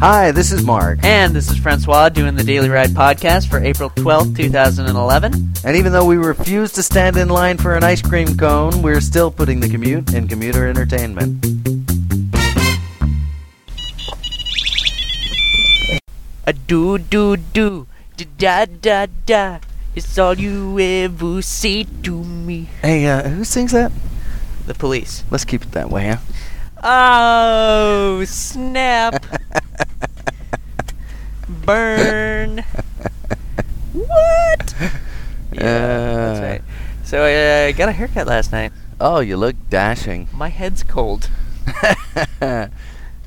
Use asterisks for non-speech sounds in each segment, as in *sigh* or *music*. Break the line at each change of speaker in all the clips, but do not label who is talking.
Hi, this is Mark.
And this is Francois doing the Daily Ride podcast for April 12th, 2011.
And even though we refuse to stand in line for an ice cream cone, we're still putting the commute in commuter entertainment.
A do do do, da da da da, it's all you ever say to me.
Hey, uh, who sings that?
The police.
Let's keep it that way, huh?
Oh,
*laughs*
snap.
*laughs*
Burn. what? Yeah,
Uh.
that's right. So uh, I got a haircut last night.
Oh, you look dashing. *laughs*
My head's cold.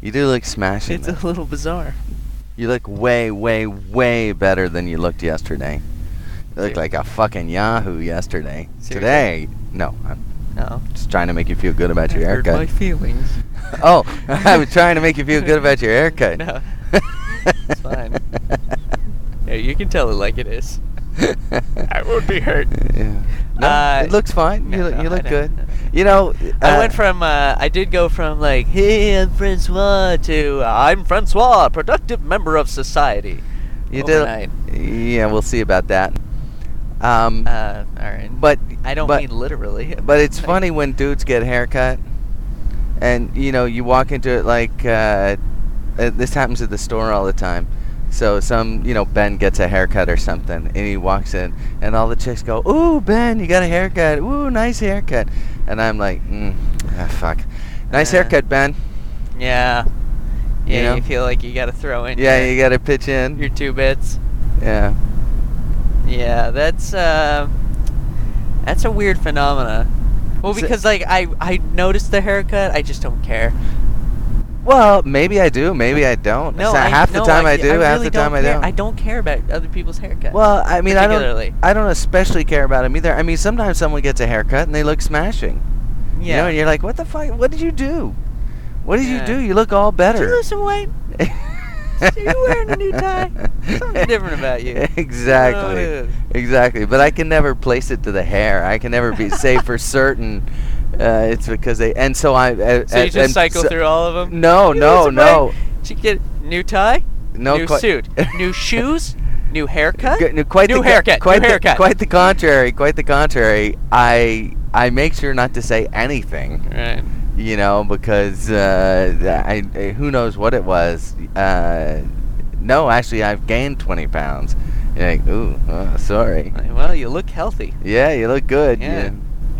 you do look smashing.
It's
though.
a little bizarre.
You look way, way, way better than you looked yesterday. You look
Ser-
like a fucking Yahoo yesterday.
Seriously?
Today, no, I'm
Oh.
just trying to make you feel good about your
Hurt my
haircut.
feelings.
*laughs*
*laughs*
oh, I was trying to make you feel good about your haircut. *laughs*
No. It's fine. Yeah, you can tell it like it is. I won't be hurt.
Yeah. No,
Uh,
it looks fine.
no,
you look,
no,
you
I
look
know,
good.
no.
You know,
I
uh,
went from uh, I did go from like hey I'm Francois to "Uh, I'm Francois, a productive member of society.
you
overnight.
did. Yeah, we'll see about that. Um,
Uh, all right,
but
I don't
but-
mean literally. *laughs*
But it's
Like,
funny when dudes get a haircut, and you know you walk into it like uh, uh, this happens at the store all the time. So some you know Ben gets a haircut or something, and he walks in, and all the chicks go, "Ooh, Ben, you got a haircut! Ooh, nice haircut!" And I'm like, mm, ah, "Fuck, nice
Uh,
haircut, Ben."
Yeah,
You
yeah, you,
know?
feel like you got to throw in.
Yeah,
your,
you got to pitch in.
*laughs* your two bits.
yeah,
Yeah, that's uh, that's a weird phenomena. Well,
Is it-
because like I I noticed the haircut, I just don't care.
well, maybe I do, maybe I don't.
No,
It's not-
I,
half the
no,
time I, do,
I
half
really
the time
don't
I
care.
don't.
I don't care about other people's haircuts.
Well, I mean, I
Particularly.
don't. I don't especially care about him either. I mean, sometimes someone gets a haircut and they look smashing.
yeah.
You know, and you're like, "What the fuck? What did you do? What did
Yeah.
you do? You look all
Did you
better." *laughs*
lose some weight?
Are
you wearing a new tie? Something different about you.
*laughs* Exactly.
You know, dude.
exactly. But I can never place it to the hair. I can never be say
*laughs*
for certain. Uh, it's because they and so I. Uh,
So you
and-
just
and
cycle
so-
through all of them?
No, no, no.
She get new tie,
No
new
que- *laughs*
suit, new shoes, new haircut,
Good- no, quite
new
the, co-
haircut,
Quite
new
the,
haircut.
Quite the contrary. Quite the contrary. I I make sure not to say anything.
right.
you know, because uh, I, I- who knows what it was. Uh, no, actually, I've gained 20 pounds. You're like, ooh, uh, sorry.
Like, Well, you look healthy.
Yeah, you look good.
Yeah.
yeah.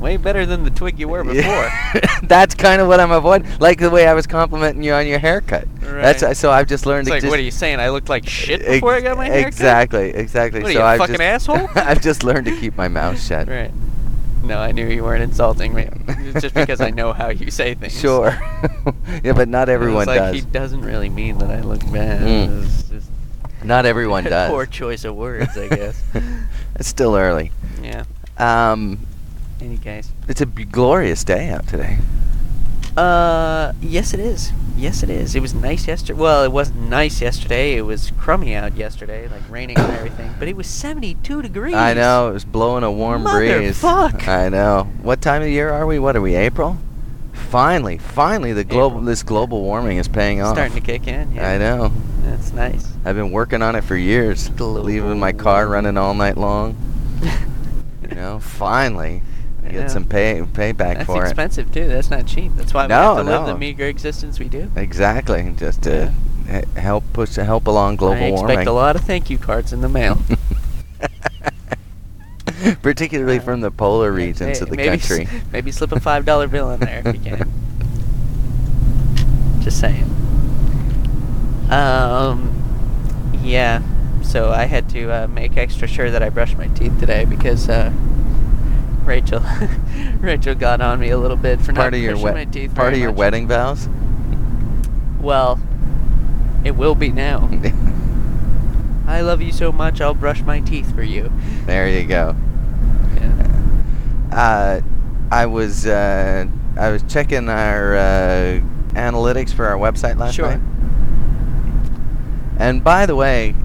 Way better than the twig you were before.
Yeah. That's kind of what I'm avoiding. Like the way I was complimenting you on your haircut.
Right.
That's so I've just *laughs* learned
It's
to
like,
just.
what are you saying? I looked like shit before I got my haircut?
Exactly, exactly.
What are
so
you, a
I've
fucking
just,
asshole?
*laughs* I've just learned to keep my mouth shut.
Right. No, I knew you weren't insulting me. It's just because I know how you say things.
Sure.
*laughs*
*laughs* yeah, but not everyone
it's like
does.
He doesn't really mean that I look bad.
Mm.
It's just
Not everyone does.
*laughs* Poor choice of words, I guess.
*laughs* it's still early.
yeah.
Um,
Any case.
It's a b- glorious day out today.
Uh, yes, it is. Yes, it is. It was nice yesterday. Well, it wasn't nice yesterday. It was crummy out yesterday, like raining and everything. But it was 72 degrees.
I know it was blowing a warm breeze.
Motherfuck.
I know. What time of year are we? What are we? April? Finally, finally, the global
April.
this global warming is paying
It's
off.
starting to kick in. Yeah.
I know.
That's nice.
I've been working on it for years. Leaving my car
Global.
running all night long. You
*laughs*
know, finally, I
I
get
know.
some pay payback
That's
for it.
expensive too. That's not cheap. That's why
No,
we have to live
no.
the meager existence we do.
Exactly, just to he- help push help along global
I expect
warming.
a lot of thank you cards in
*laughs*
the mail.
Particularly
Uh,
from the polar
May-
regions of the
maybe *laughs* s-
country.
maybe slip a five dollar bill in there if
*laughs*
you can. Just saying. Um, yeah. So I had to uh, make extra sure that I brushed my teeth today because uh, Rachel, *laughs* Rachel got on me a little bit for
part
not
of your
brushing
wed-
my teeth.
part
very
of your
much.
wedding vows. *laughs*
Well, it will be now. I love you so much. I'll brush my teeth for you.
there you go.
Yeah.
Uh, I was uh, I was checking our uh, analytics for our website last
Sure.
night. And by the way,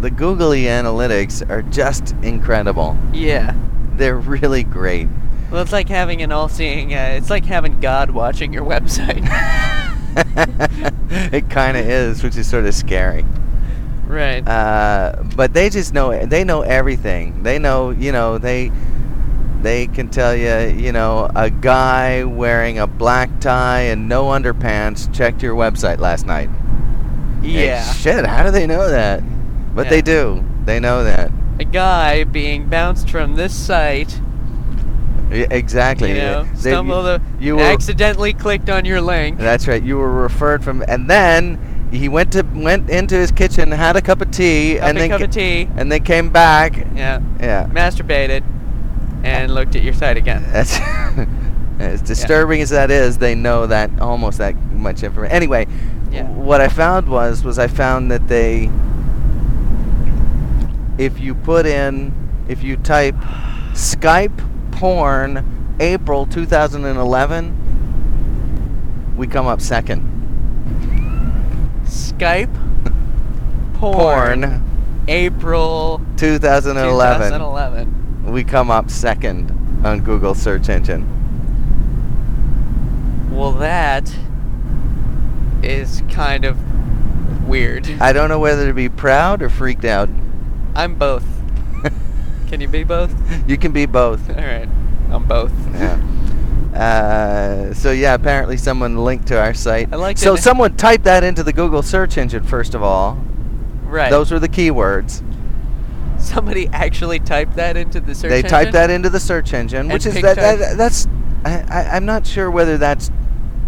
the Googly analytics are just incredible.
Yeah.
They're really
*laughs*
great. *laughs* *laughs*
Well, it's like having an all-seeing. Uh, it's like having God watching your website.
it kind of is, which is sort of scary.
Right.
Uh, but they just know they know everything. They know you know they they can tell you you know a guy wearing a black tie and no underpants checked your website last night. Hey,
yeah.
shit, how do they know that? But they
Yeah.
do. They know that.
a guy being bounced from this site,
Y- E, exactly.
you know,
They-
stumbled, a-
you were-
accidentally clicked on your link.
That's right. You were referred from, and then he went to went into his kitchen, had a cup of tea,
Cup
and then
cup
ca-
of tea.
and then came back.
Yeah.
Yeah,
Masturbated, and looked at your site again.
that's *laughs* as disturbing as that is. They know that almost that much information. Anyway,
Yeah.
what I found was was I found that they, if you put in, if you type Skype porn April 2011, we come up second. *laughs*
Skype. Porn. April
2011.
2011.
we come up second on Google search engine.
Well, that is kind of weird.
I don't know whether to be proud or freaked out. *laughs*
I'm both. Can you be both? *laughs*
you can be both.
All right, I'm both.
Yeah. Uh, so yeah, apparently someone linked to our site.
I like
so
it.
someone typed that into the Google search engine first of all.
Right.
Those were the keywords.
Somebody actually typed that into the search.
they
engine?
typed that into the search engine,
And
which is
picked
that,
up-
that that's I, I, I'm not sure whether that's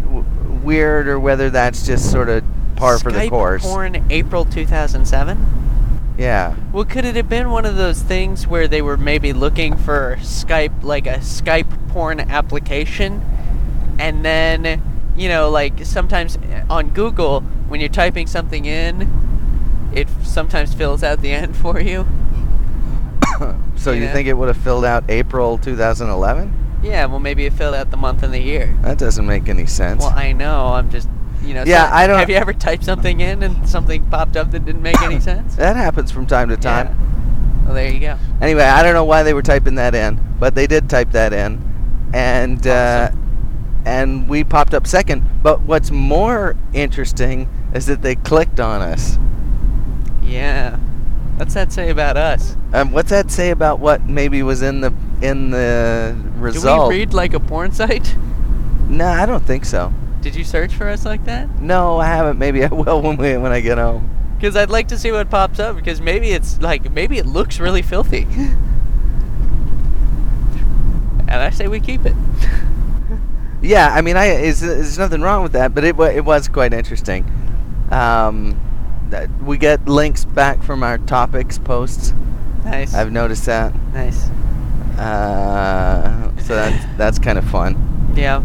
w- weird or whether that's just sort of par for the
Skype
course.
Porn April 2007.
Yeah.
Well, could it have been one of those things where they were maybe looking for Skype, like a Skype porn application? And then, you know, like sometimes on Google, when you're typing something in, it sometimes fills out the *laughs* end for you.
so
You
you
know?
think it would have filled out April 2011?
Yeah, well, maybe it filled out the month and the year.
That doesn't make any sense.
Well, I know. I'm just, you know.
Yeah,
so-
I don't-
Have you ever typed something in and something popped up that didn't make
*coughs*
any sense?
that happens from time to time.
Yeah. Well, there you go.
Anyway, I don't know why they were typing that in, but they did type that in, and uh, and we popped up second. But what's more interesting is that they clicked on us.
Yeah. What's that say about us?
Um, what's that say about what maybe was in the in the
Do
result?
we read like a porn site? *laughs*
No, I don't think so.
Did you search for us like that?
No, I haven't. Maybe I *laughs* will when we when I get home.
Because I'd like to see what pops up. Because maybe it's like maybe it looks really filthy. *laughs* and I say we keep it.
Yeah, I mean, I is there's nothing wrong with that, but it wa- it was quite interesting. Um, that- we get links back from our topics posts.
nice.
I've noticed that.
nice.
Uh, so that's, that's kind of fun.
Yeah.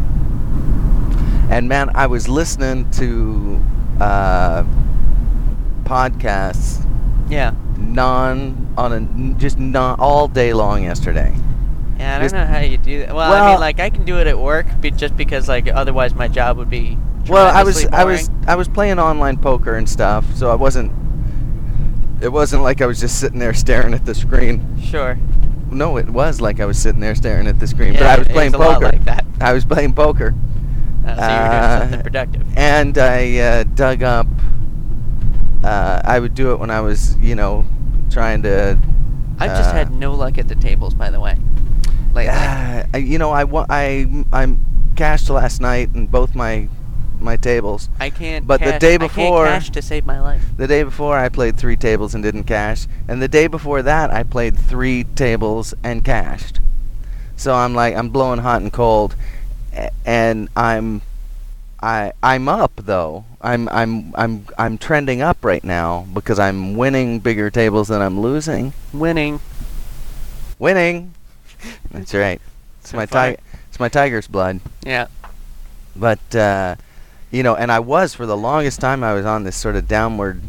And man, I was listening to uh, podcasts
Yeah.
non on a just not all day long yesterday.
Yeah. I don't
Just-
know how you do that. Well, I
Well-
mean, like I can do it at work, be, just because like otherwise my job would be.
Well, I was
tremendously
I was
boring.
I was playing online poker and stuff, so I wasn't. It wasn't like I was just sitting there staring at the screen.
Sure.
No, it was like I was sitting there staring at the screen, but
Yeah,
I was
it- it's
playing
a lot
poker.
like that.
I was playing poker.
Uh, so you were doing something
Uh,
productive.
and I uh, dug up. Uh, I would do it when I was, you know, trying to.
I've just
uh,
had no luck at the tables, by the way. Lately.
Uh, *sighs* I- you know, I wa- I I'm cashed last night in both my my tables.
I can't.
but the
cash-
day
I can't
before-
cash to save my life.
The day before I played three tables and didn't cash, and the day before that I played three tables and cashed. So I'm like I'm blowing hot and cold, a- and I'm I I'm up though. I'm I'm I'm I'm trending up right now because I'm winning bigger tables than I'm losing.
Winning.
Winning. *laughs* That's right. It's
So
my
funny.
ti- it's my tiger's blood.
Yeah.
But uh, you know, and I was for the longest time I was on this sort of downward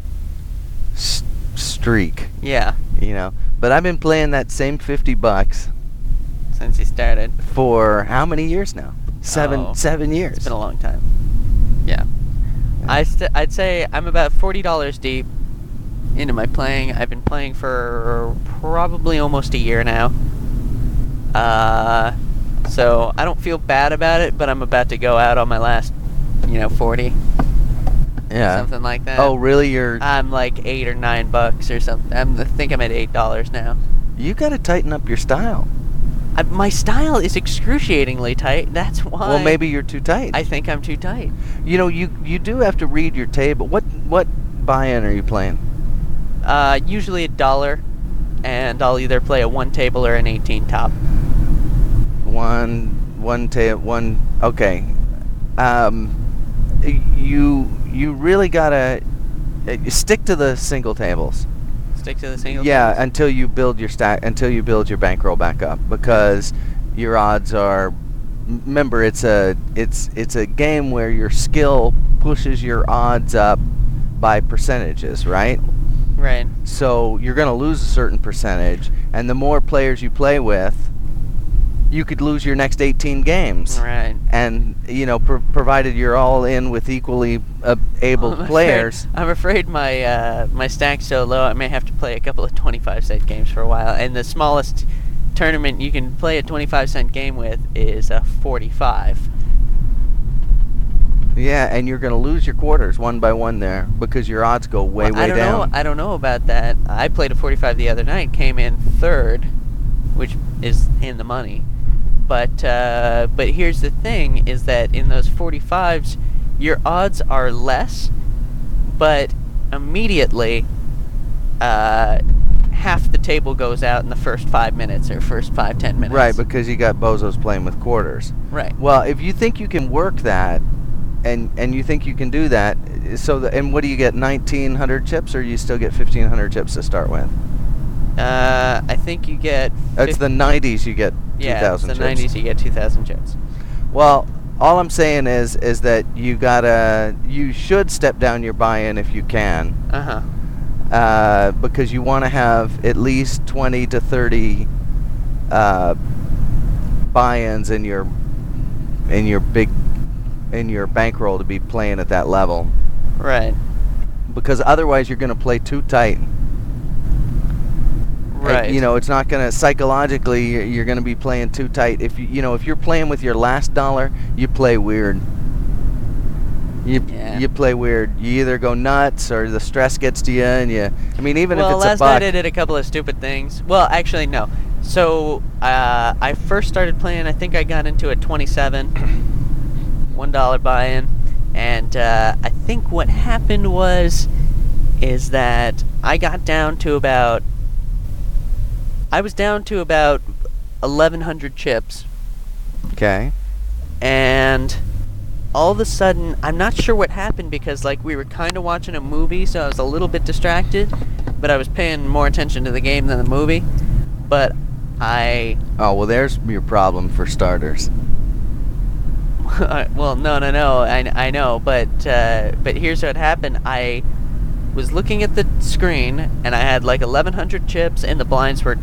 s- streak,
Yeah.
you know. But I've been playing that same 50 bucks
Since he started.
for how many years now? Seven
Oh,
7 years.
It's been a long time. Yeah. I st- I'd say I'm about forty dollars deep into my playing. I've been playing for probably almost a year now. Uh, so I don't feel bad about it, but I'm about to go out on my last, you know, forty.
Yeah.
something like that.
Oh, really? You're
I'm like eight or nine bucks or something. I'm, I think I'm at eight dollars now.
you got to tighten up your style.
I, my style is excruciatingly tight. That's why.
Well, maybe you're too tight.
I think I'm too tight.
you know, you you do have to read your table. What what buy-in are you playing?
Uh, usually a dollar, and I'll either play a one table or an eighteen top.
One one ta- one. Okay. Um, y- you you really gotta uh, stick to the single tables.
Stick to the single.
yeah,
tables.
until you build your stack, until you build your bankroll back up, because your odds are. m- Remember, it's a it's it's a game where your skill pushes your odds up by percentages, right?
right.
So you're going to lose a certain percentage, and the more players you play with, you could lose your next 18 games.
Right.
And you know, pr- provided you're all in with equally uh,
*laughs*
able
I'm afraid-
players,
I'm afraid my uh, my stack's so low. I may have to play a couple of 25 cent games for a while. And the smallest tournament you can play a 25 cent game with is a 45.
yeah, and you're going to lose your quarters one by one there because your odds go way
Well,
way
I don't
down.
know. I don't know about that. I played a 45 the other night. Came in third, which is in the money. But uh, but here's the thing: is that in those 45s, your odds are less, but immediately, uh, half the table goes out in the first five minutes or first five ten minutes.
Right, because you got bozos playing with quarters.
right.
Well, if you think you can work that, and and you think you can do that, i- so the, and what do you get? 1900 chips, or you still get 1500 chips to start with?
Uh, I think you get.
It's the 90s you get
yeah, it's
2000
the
chips.
90s. You get 2,000 chips.
Well, all I'm saying is is that you gotta you should step down your buy-in if you can,
Uh huh.
uh, because you want to have at least 20 to 30 uh, buy-ins in your in your big in your bankroll to be playing at that level,
Right.
because otherwise you're gonna play too tight. Uh,
Right.
you know, it's not going to psychologically y- you're going to be playing too tight. If you you know, if you're playing with your last dollar, you play weird. You
Yeah.
you play weird. You either go nuts or the stress gets to you and you I mean even
well,
if it's
last
a buck.
night I did a couple of stupid things. Well, actually, no. So uh, I first started playing. I think I got into a twenty-seven, *coughs* one dollar buy-in, and uh, I think what happened was, is that I got down to about, I was down to about eleven hundred chips,
okay.
and all of a sudden i'm not sure what happened because like we were kind of watching a movie so i was a little bit distracted but i was paying more attention to the game than the movie but i *laughs*
Oh, well there's your problem for starters.
well no no no i, I know but uh, but here's what happened i was looking at the screen and i had like 1100 chips and the blinds were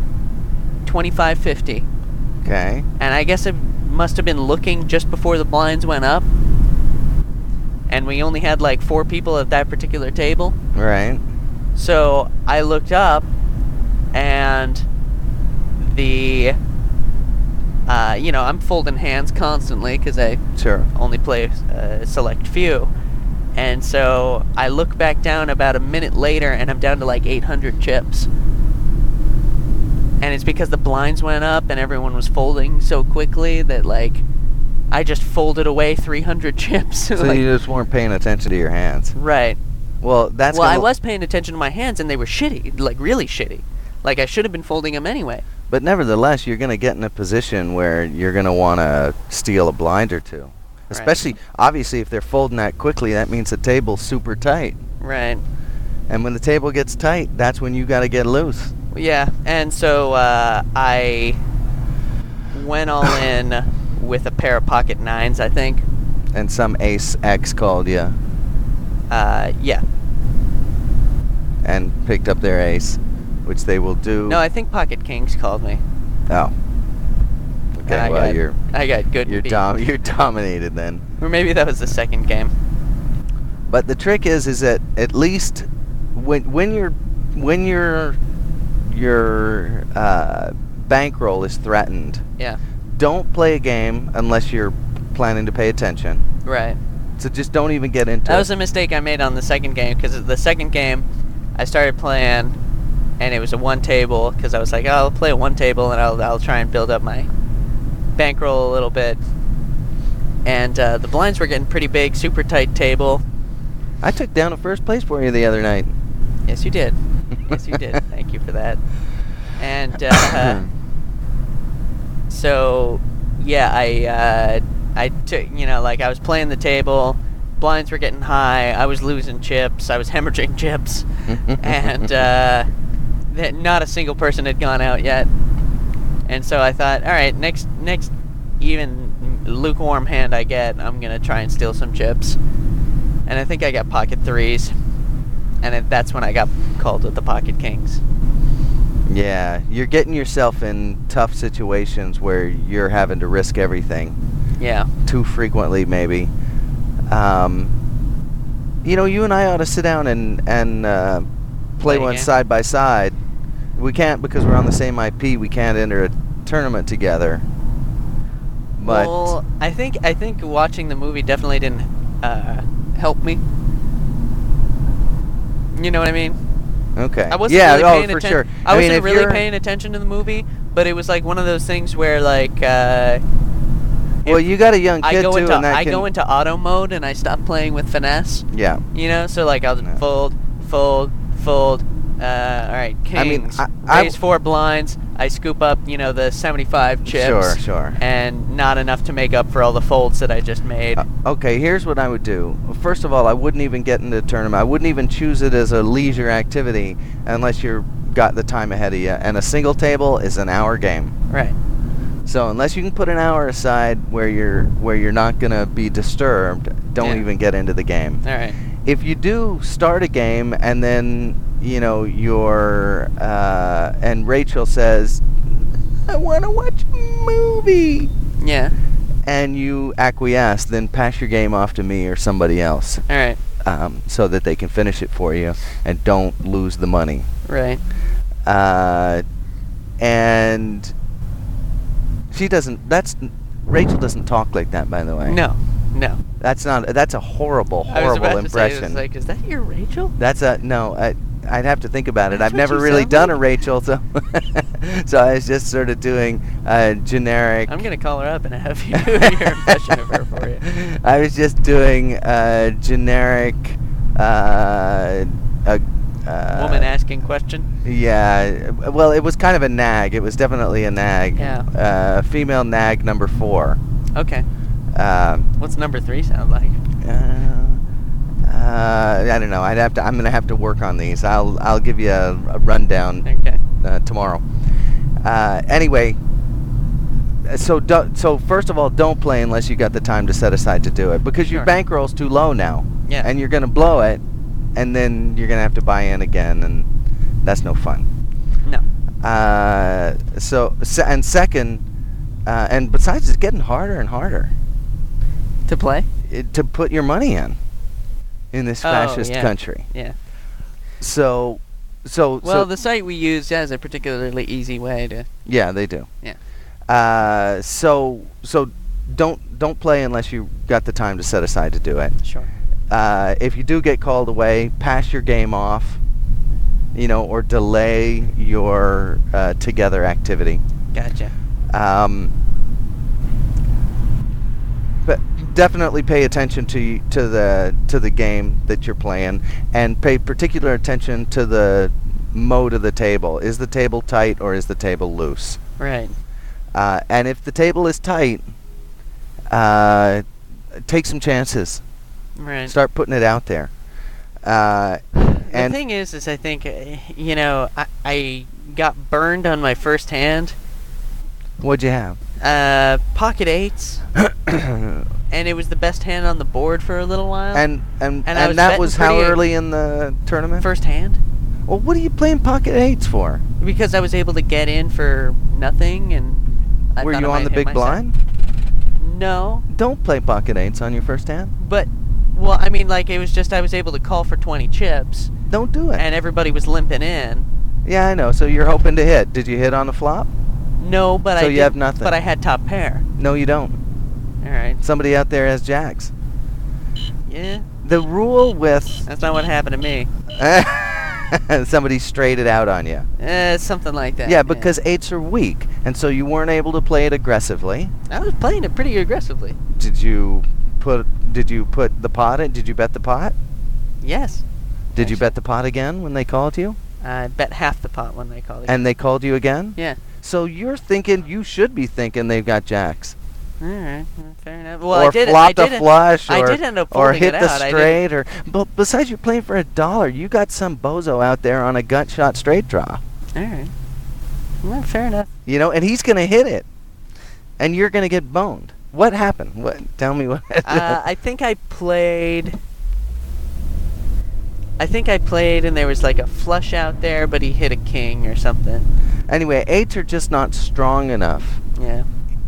2550
Okay.
and I guess I must have been looking just before the blinds went up. And we only had like four people at that particular table.
Right.
So I looked up and the uh, you know, I'm folding hands constantly cuz I *laughs*
Sure.
only play a select few. And so I look back down about a minute later and I'm down to like 800 chips. And it's because the blinds went up and everyone was folding so quickly that like I just folded away 300 *laughs* chips.
So
Like,
you just weren't paying attention to your hands.
right.
Well, that's
well, I
gonna-
was paying attention to my hands and they were shitty, like really shitty. Like I should have been folding them anyway.
But nevertheless, you're going to get in a position where you're going to want to steal a blind or two. Especially, obviously, if they're folding that quickly, that means the table's super tight.
Right.
And when the table gets tight, that's when you got to get loose.
Yeah, and so uh, I
*coughs*
went all in with a pair of pocket nines, I think.
And some ace X called you
Uh, yeah.
and picked up their ace, which they will do.
No, I think Pocket Kings called me.
oh.
and
Okay,
I
well,
got,
you're
I got good.
you're
beat.
dom- *laughs* you're dominated then.
Or maybe that was the second game.
But the trick is, is that at least when when your when your your uh, bankroll is threatened,
Yeah.
don't play a game unless you're planning to pay attention.
Right.
So just don't even get into
That was
it.
a mistake I made on the second game because the second game I started playing and it was a one table because I was like, "Oh, I'll play one table and I'll, I'll try and build up my bankroll a little bit. And uh, the blinds were getting pretty big, super tight table.
I took down a first place for you the other night.
Yes, you did. Yes, you did. Thank you for that. And uh, so, yeah, I uh, I took you know like I was playing the table, blinds were getting high, I was losing chips, I was *laughs* hemorrhaging chips, *laughs* *laughs* and uh, that not a single person had gone out yet. And so I thought, all right, next next even lukewarm hand I get, I'm gonna try and steal some chips. And I think I got pocket threes, and it, that's when I got called with the pocket kings.
yeah, you're getting yourself in tough situations where you're having to risk everything
Yeah.
too frequently, maybe. Um, you know, you and I ought to sit down and and uh,
Play
play
a
one
game.
side by side. We can't because we're on the same IP. We can't enter a tournament together. But
well, I think I think watching the movie definitely didn't uh, help me. You know what I mean?
okay,
I wasn't
yeah,
really
oh,
paying
for
atten-
sure.
I
mean,
wasn't
if
really
you're-
paying attention to the movie, but it was like one of those things where like uh,
Well, you got a young kid
I go
too,
into
and that
I
can,
go into auto mode and I stop playing with finesse.
yeah.
You know, so like I'll
No.
fold, fold, fold. Uh, all right,
I mean,
kings.
I- I-
raise four blinds. I scoop up, you know, the seventy-five chips.
Sure, sure.
and not enough to make up for all the folds that I just made.
Uh, okay, here's what I would do. First of all, I wouldn't even get into the tournament. I wouldn't even choose it as a leisure activity unless you're got the time ahead of you. And a single table is an hour game.
right.
So unless you can put an hour aside where you're where you're not gonna be disturbed, don't
Yeah.
even get into the game.
All right.
If you do start a game and then you know your uh, and Rachel says, "I want to watch a movie."
Yeah.
and you acquiesce, then pass your game off to me or somebody else
All right.
um, so that they can finish it for you and don't lose the money.
Right.
Uh, and she doesn't, that's, Rachel doesn't talk like that, by the way.
No. No.
That's not, that's a horrible,
I was
horrible
about
impression.
to say, I was like, is that your Rachel?
That's a no. I, I'd have to think about it.
That's
I've
what
never
you
really
sound
done a
like.
Rachel, so *laughs* so I was just sort of doing a generic.
I'm gonna call her up and
*laughs*
have *laughs* you do your impression of her for you.
I was just doing a generic. Uh, a, uh,
Woman asking question.
Yeah. Well, it was kind of a nag. It was definitely a nag.
Yeah.
Uh, female nag number four.
Okay.
Um,
What's number three sound like?
uh, uh, I don't know. I'd have to. I'm gonna have to work on these. I'll. I'll give you a, a rundown
Okay.
uh, tomorrow. Uh, anyway, so do, so first of all, don't play unless you got the time to set aside to do it because your
Sure.
bankroll's too low now,
Yeah.
and you're gonna blow it, and then you're gonna have to buy in again, and that's no fun.
no.
Uh, so se- and second, uh, and besides, it's getting harder and harder
To play?
it, to put your money in in this
Oh,
fascist
yeah.
country.
Yeah.
So, so
Well,
so,
the site we used has a particularly easy way to.
Yeah, they do.
Yeah.
Uh, so so don't don't play unless you got the time to set aside to do it.
Sure.
Uh, if you do get called away, pass your game off, you know, or delay your uh, together activity.
Gotcha.
Um, but definitely pay attention to y- to the to the game that you're playing, and pay particular attention to the mode of the table. Is the table tight or is the table loose?
Right.
Uh, and if the table is tight, uh, take some chances.
Right.
Start putting it out there. Uh, and
the thing is, is I think uh, you know I, I got burned on my first hand,
what'd you have?
uh,
*coughs*
pocket eights, and it was the best hand on the board for a little while.
and and, and,
Um, I was
that
betting
was how
pretty-
early in the tournament?
first hand,
well, what are you playing pocket eights for?
because I was able to get in for nothing, and I
Were
thought I
you
might
on the
hit
big
myself.
blind?
No,
Don't play pocket eights on your first hand.
but well, I mean, like it was just I was able to call for twenty chips,
Don't do it.
and everybody was limping in.
yeah, I know. So you're hoping to hit. Did you hit on the flop?
No, but I
So you have
didn't-
nothing.
But I had top pair.
No, you don't.
All right.
Somebody out there has jacks.
yeah,
The rule
*laughs*
with *laughs*
that's not what happened to me.
somebody straight it out on you.
Uh, something like that.
Yeah, because eights are weak, and so you weren't able to play it aggressively.
I was playing it pretty aggressively.
Did you put? Did you put the pot in? Did you bet the pot?
Yes,
Did you
Actually-
bet the pot again when they called you?
I bet half the pot when they called it.
And they called you again?
yeah,
So you're thinking you should be thinking they've got jacks,
all right, fair enough. Well,
or
I did.
flopped
I did
a flush, or
I did end up
or
folding
hit
it
the
out. I didn't-
straight, or but besides you're playing for a dollar, you got some bozo out there on a gut shot straight draw,
All right. Well, fair enough.
you know, and he's gonna hit it, and you're gonna get boned. What happened? What? Tell me what.
*laughs* uh, I think I played. I think I played, and there was like a flush out there, but he hit a king or something.
anyway, eights are just not strong enough
Yeah,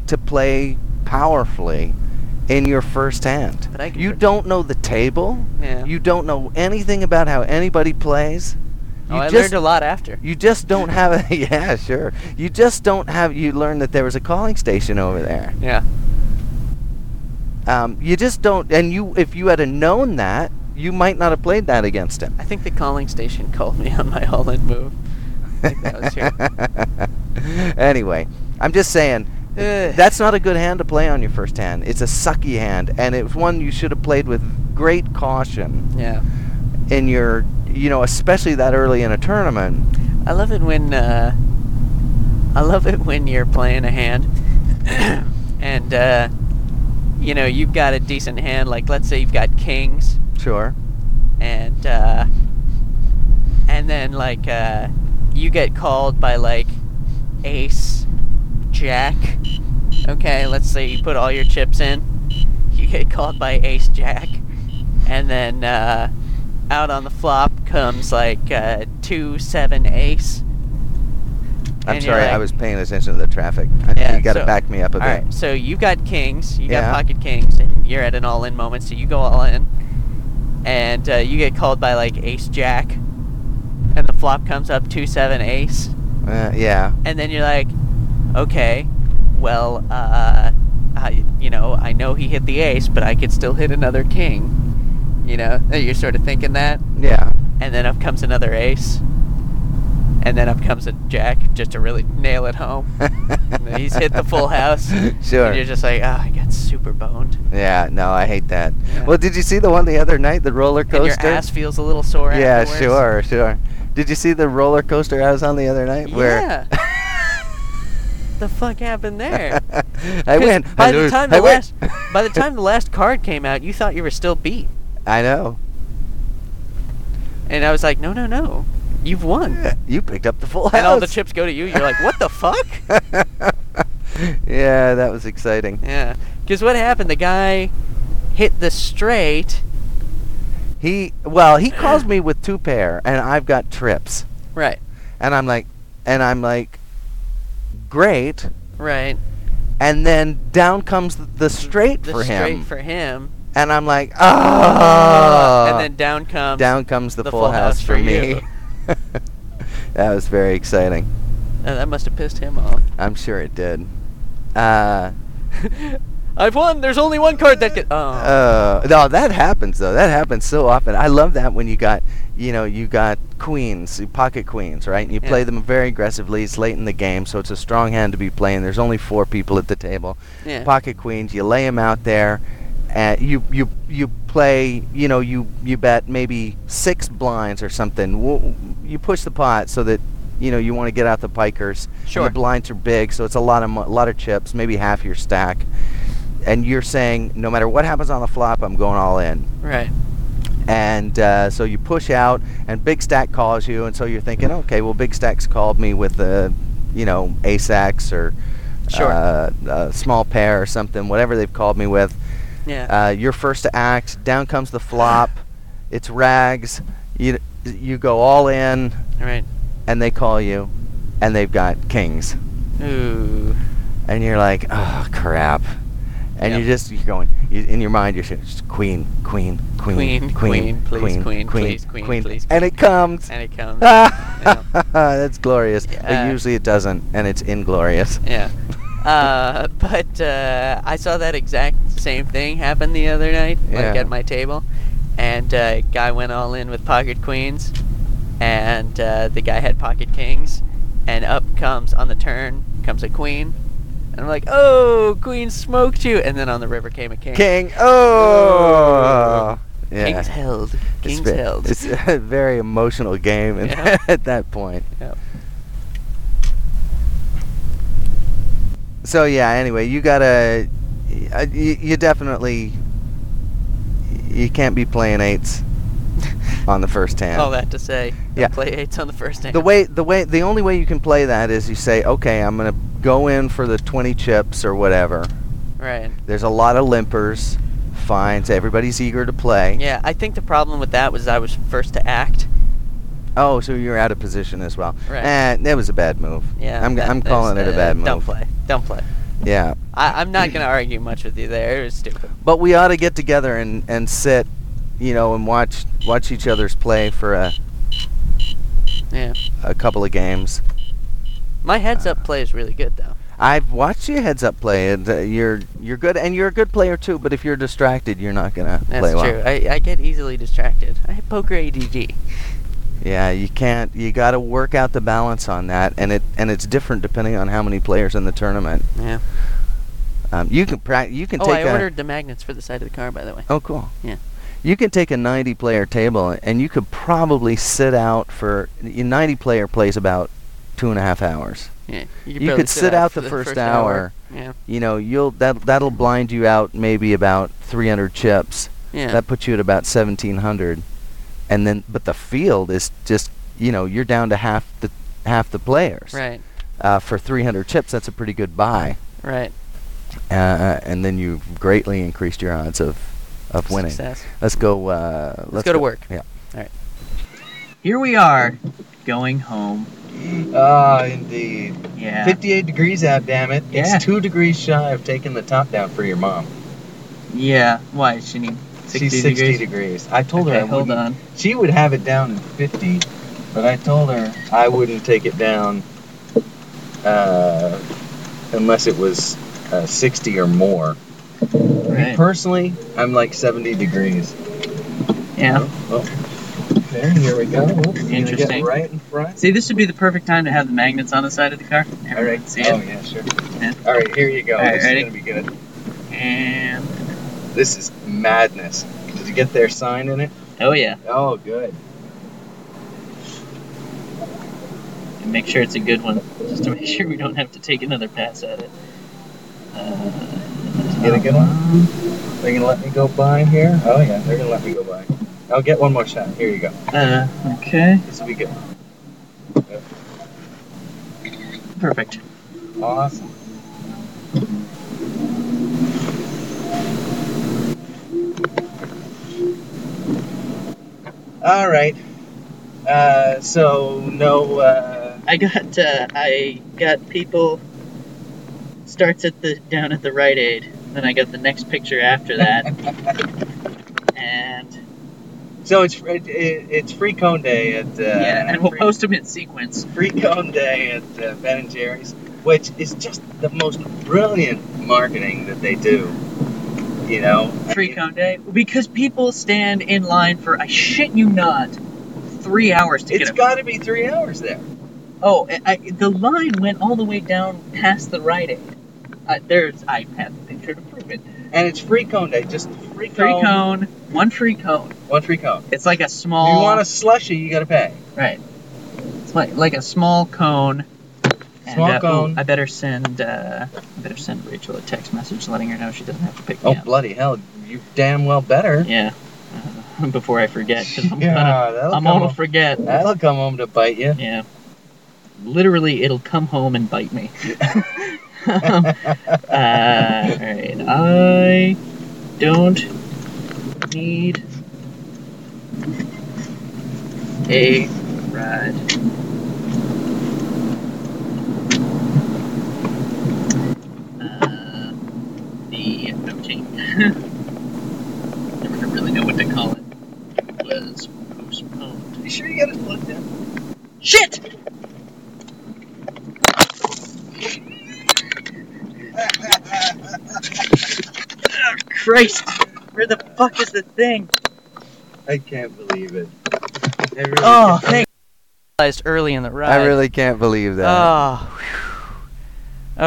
to play powerfully in your first hand.
but I. could
You
put-
don't know the table.
Yeah.
You don't know anything about how anybody plays.
oh,
you
I
just-
learned a lot after.
You just don't have. *laughs* yeah, sure. You just don't have. You learned that there was a calling station over there.
Yeah.
Um, you just don't. And you, if you had a known that, you might not have played that against him.
I think the calling station *laughs* called me on my all-in move. think that
*laughs*
was
anyway, I'm just saying.
Ugh.
That's not a good hand to play on your first hand. It's a sucky hand, and it's one you should have played with great caution
Yeah.
in your, you know, especially that early in a tournament.
I love it when uh, I love it when you're playing a hand, *coughs* and uh, you know you've got a decent hand. Like let's say you've got kings,
Sure.
and uh, and then like uh, you get called by like ace, jack. Okay, let's say you put all your chips in, you get called by ace jack, and then uh, out on the flop comes like uh, two seven ace.
I'm
And you're
sorry, I
like-
was paying attention to the traffic. I think
Yeah,
you got to
so-
back me up a
All
bit.
right, so you've got kings, you
Yeah.
got pocket kings, and you're at an all-in moment, so you go all in, and uh, you get called by like ace jack, and the flop comes up two seven ace,
Uh, yeah.
and then you're like, okay, well, uh, I, you know, I know he hit the ace, but I could still hit another king, you know, and you're sort of thinking that,
*laughs* Yeah.
and then up comes another ace, and then up comes a jack, just to really nail it home. He's hit the full house.
*laughs* Sure.
And you're just like, oh, I got super boned.
yeah. No, I hate that.
Yeah.
Well, did you see the one the other night, the roller
And
coaster?
your ass feels a little sore
yeah,
afterwards.
sure, sure. Did you see the roller coaster I was on the other night? Where *laughs*
Yeah. the fuck happened there?
I
'Cause
win.
By
I
the
lose.
time
I
the
win.
last, by
*laughs*
the time the last card came out, you thought you were still beat,
I know.
and I was like, no, no, no, you've won.
You picked up the full house.
And all the chips go to you. You're like, what
*laughs*
the fuck?
yeah, that was exciting.
Yeah. Because what happened? The guy hit the straight.
He well, he calls me with two pair, and I've got trips,
Right.
and I'm like, and I'm like, great.
Right.
And then down comes th- the straight
The
for
straight
him,
for him.
and I'm like, ah.
and then down comes
down comes the,
the
full,
full
house,
house
for
for
me. *laughs* that was very exciting.
Uh, that must have pissed him off.
I'm sure it did. Uh,
*laughs* I've won. There's only one card that can. Oh,
uh, no, that happens though. That happens so often. I love that when you got, you know, you got queens, pocket queens, right? And you play
Yeah.
them very aggressively. It's late in the game, so it's a strong hand to be playing. There's only four people at the table.
yeah.
Pocket queens. You lay them out there, and you you you play. You know, you you bet maybe six blinds or something. W- You push the pot so that. You know, you want to get out the pikers. and
Sure.
The blinds are big, so it's a lot of mo- lot of chips, maybe half your stack. And you're saying, no matter what happens on the flop, I'm going all in.
Right.
And uh, so you push out, and Big Stack calls you, and so you're thinking, okay, well, Big Stack's called me with a, you know, ace X or
Sure.
uh, a small pair or something, whatever they've called me with.
Yeah.
Uh, you're first to act. Down comes the
*sighs*
flop. It's rags. You you go all in,
right.
and they call you, and they've got kings,
Ooh.
and you're like, oh crap. And
Yeah.
you're just you're going you, in your mind. You're just queen, queen, queen,
Queen,
queen,
queen, please, queen, please, queen, please,
and it comes. *laughs*
And it comes.
Ah, That's glorious.
Yeah.
*laughs* But usually it doesn't, and it's inglorious.
yeah. Uh, *laughs* but uh, I saw that exact same thing happen the other night, like
Yeah.
at my table, and uh, guy went all in with pocket queens, and uh, the guy had pocket kings, and up comes on the turn comes a queen, and I'm like, oh, queen smoked you, and then on the river came a king.
King. Oh. Yeah.
King's held.
It's
King's
ve-
held.
*laughs* It's a very emotional game at-
Yeah.
*laughs* at that point.
Yep.
So yeah. Anyway, you gotta. uh, You, you definitely. You can't be playing
*laughs*
eights on the first hand.
All that to say, I
Yeah.
play eights on the first hand.
The way the way the only way you can play that is you say, okay, I'm gonna go in for the 20 chips or whatever.
right.
There's a lot of limpers. Fine. So everybody's eager to play.
Yeah, I think the problem with that was I was first to act.
Oh, so you're out of position as well.
Right.
And that was a bad move.
Yeah,
I'm,
that-
I'm
that's-
calling it a
uh,
bad move.
Don't play. Don't play.
Yeah.
I, I'm not gonna argue much with you there. It was stupid.
But we ought to get together and, and sit, you know, and watch watch each other's play for a,
Yeah.
a couple of games.
My heads up play is really good though.
I've watched your heads up play, and uh, you're you're good, and you're a good player too. But if you're distracted, you're not gonna
That's
play well.
true. I, I get easily distracted. I have poker ADD.
Yeah, you can't. You got to work out the balance on that, and it and it's different depending on how many players in the tournament.
Yeah.
Um, you can prac You can
Oh,
take.
I
a-
ordered the magnets for the side of the car, by the way.
Oh, cool.
Yeah.
You can take a 90 player table and you could probably sit out for. A 90 player plays about two and a half hours.
Yeah.
You,
barely
could sit out
for
the first, hour.
Yeah.
You know, you'll that that'll blind you out maybe about 300 chips.
Yeah.
That puts you at about 1700. And then, but the field is just you know you're down to half the half the players.
right.
Uh, for 300 chips, that's a pretty good buy.
Right.
Uh, and then you've greatly increased your odds of of winning.
Success.
Let's go. Uh, let's,
go to work.
Yeah.
Here we are, going home.
Ah, indeed.
Yeah.
58 degrees out, damn it.
It's Yeah.
two degrees shy of taking the top down for your mom.
Yeah. Why? She needs
degrees. I told
on.
She would have it down at 50, but I told her I wouldn't take it down uh, unless it was uh, 60 or more. Personally, I'm like 70 degrees.
Yeah.
Oh, oh. There, here we go. Oops, gonna get
Interesting.
Right in front.
See, this would be the perfect time to have the magnets on the side of the car.
All
Everyone
right.
can see
Oh
it.
yeah, sure.
Yeah.
All right, here you go.
All right,
this
ready?
is gonna be good.
And
This is madness. Did you get their sign in it?
oh yeah,
Oh, good.
and make sure it's a good one, just to *laughs* make sure we don't have to take another pass at it. Uh,
Get a good one. They're gonna let me go by here. Oh yeah, they're gonna let me go by. I'll get one more shot. Here you go.
uh, okay,
This will be good.
perfect.
Awesome. All right. Uh, so no. Uh,
I got uh, I got people starts at the down at the Rite Aid. Then I got the next picture
*laughs*
after that, and
So it's it, it, it's free cone day at uh,
yeah, and we'll
free,
post them in sequence.
free cone day at uh, Ben and Jerry's, which is just the most brilliant marketing that they do. You know, I
Free
mean,
cone day because people stand in line for I shit you not, three hours to
It's
get a.
got to be three hours there.
oh, I, I- the line went all the way down past the Rite Aid. Uh, there's I have the picture to prove it.
And it's free cone day, just free cone,
Free cone, one free cone.
one free cone.
It's like a
If
small.
you want a slushy, you got to pay.
right. It's like like a small cone. And,
Small
uh, ooh,
cone.
I better send uh, I better send Rachel a text message letting her know she doesn't have to pick
Oh
me up.
bloody hell! You damn well
*laughs*
better.
Yeah. Uh, before I forget, 'cause I'm
Yeah,
gonna,
that'll come
I'm gonna
home-
forget.
That'll come home to bite you.
Yeah. Literally, it'll come home and bite me. um, uh, alright, I don't need a ride. Uh, the *laughs* voting. Never really know what to call it. Was postponed.
You sure you got it plugged in?
Shit!
Christ! Where the fuck is the thing?
I can't believe it. I really
Oh,
can't.
thank.
Realized early in the ride.
I really can't believe *laughs* that.
Oh. whew.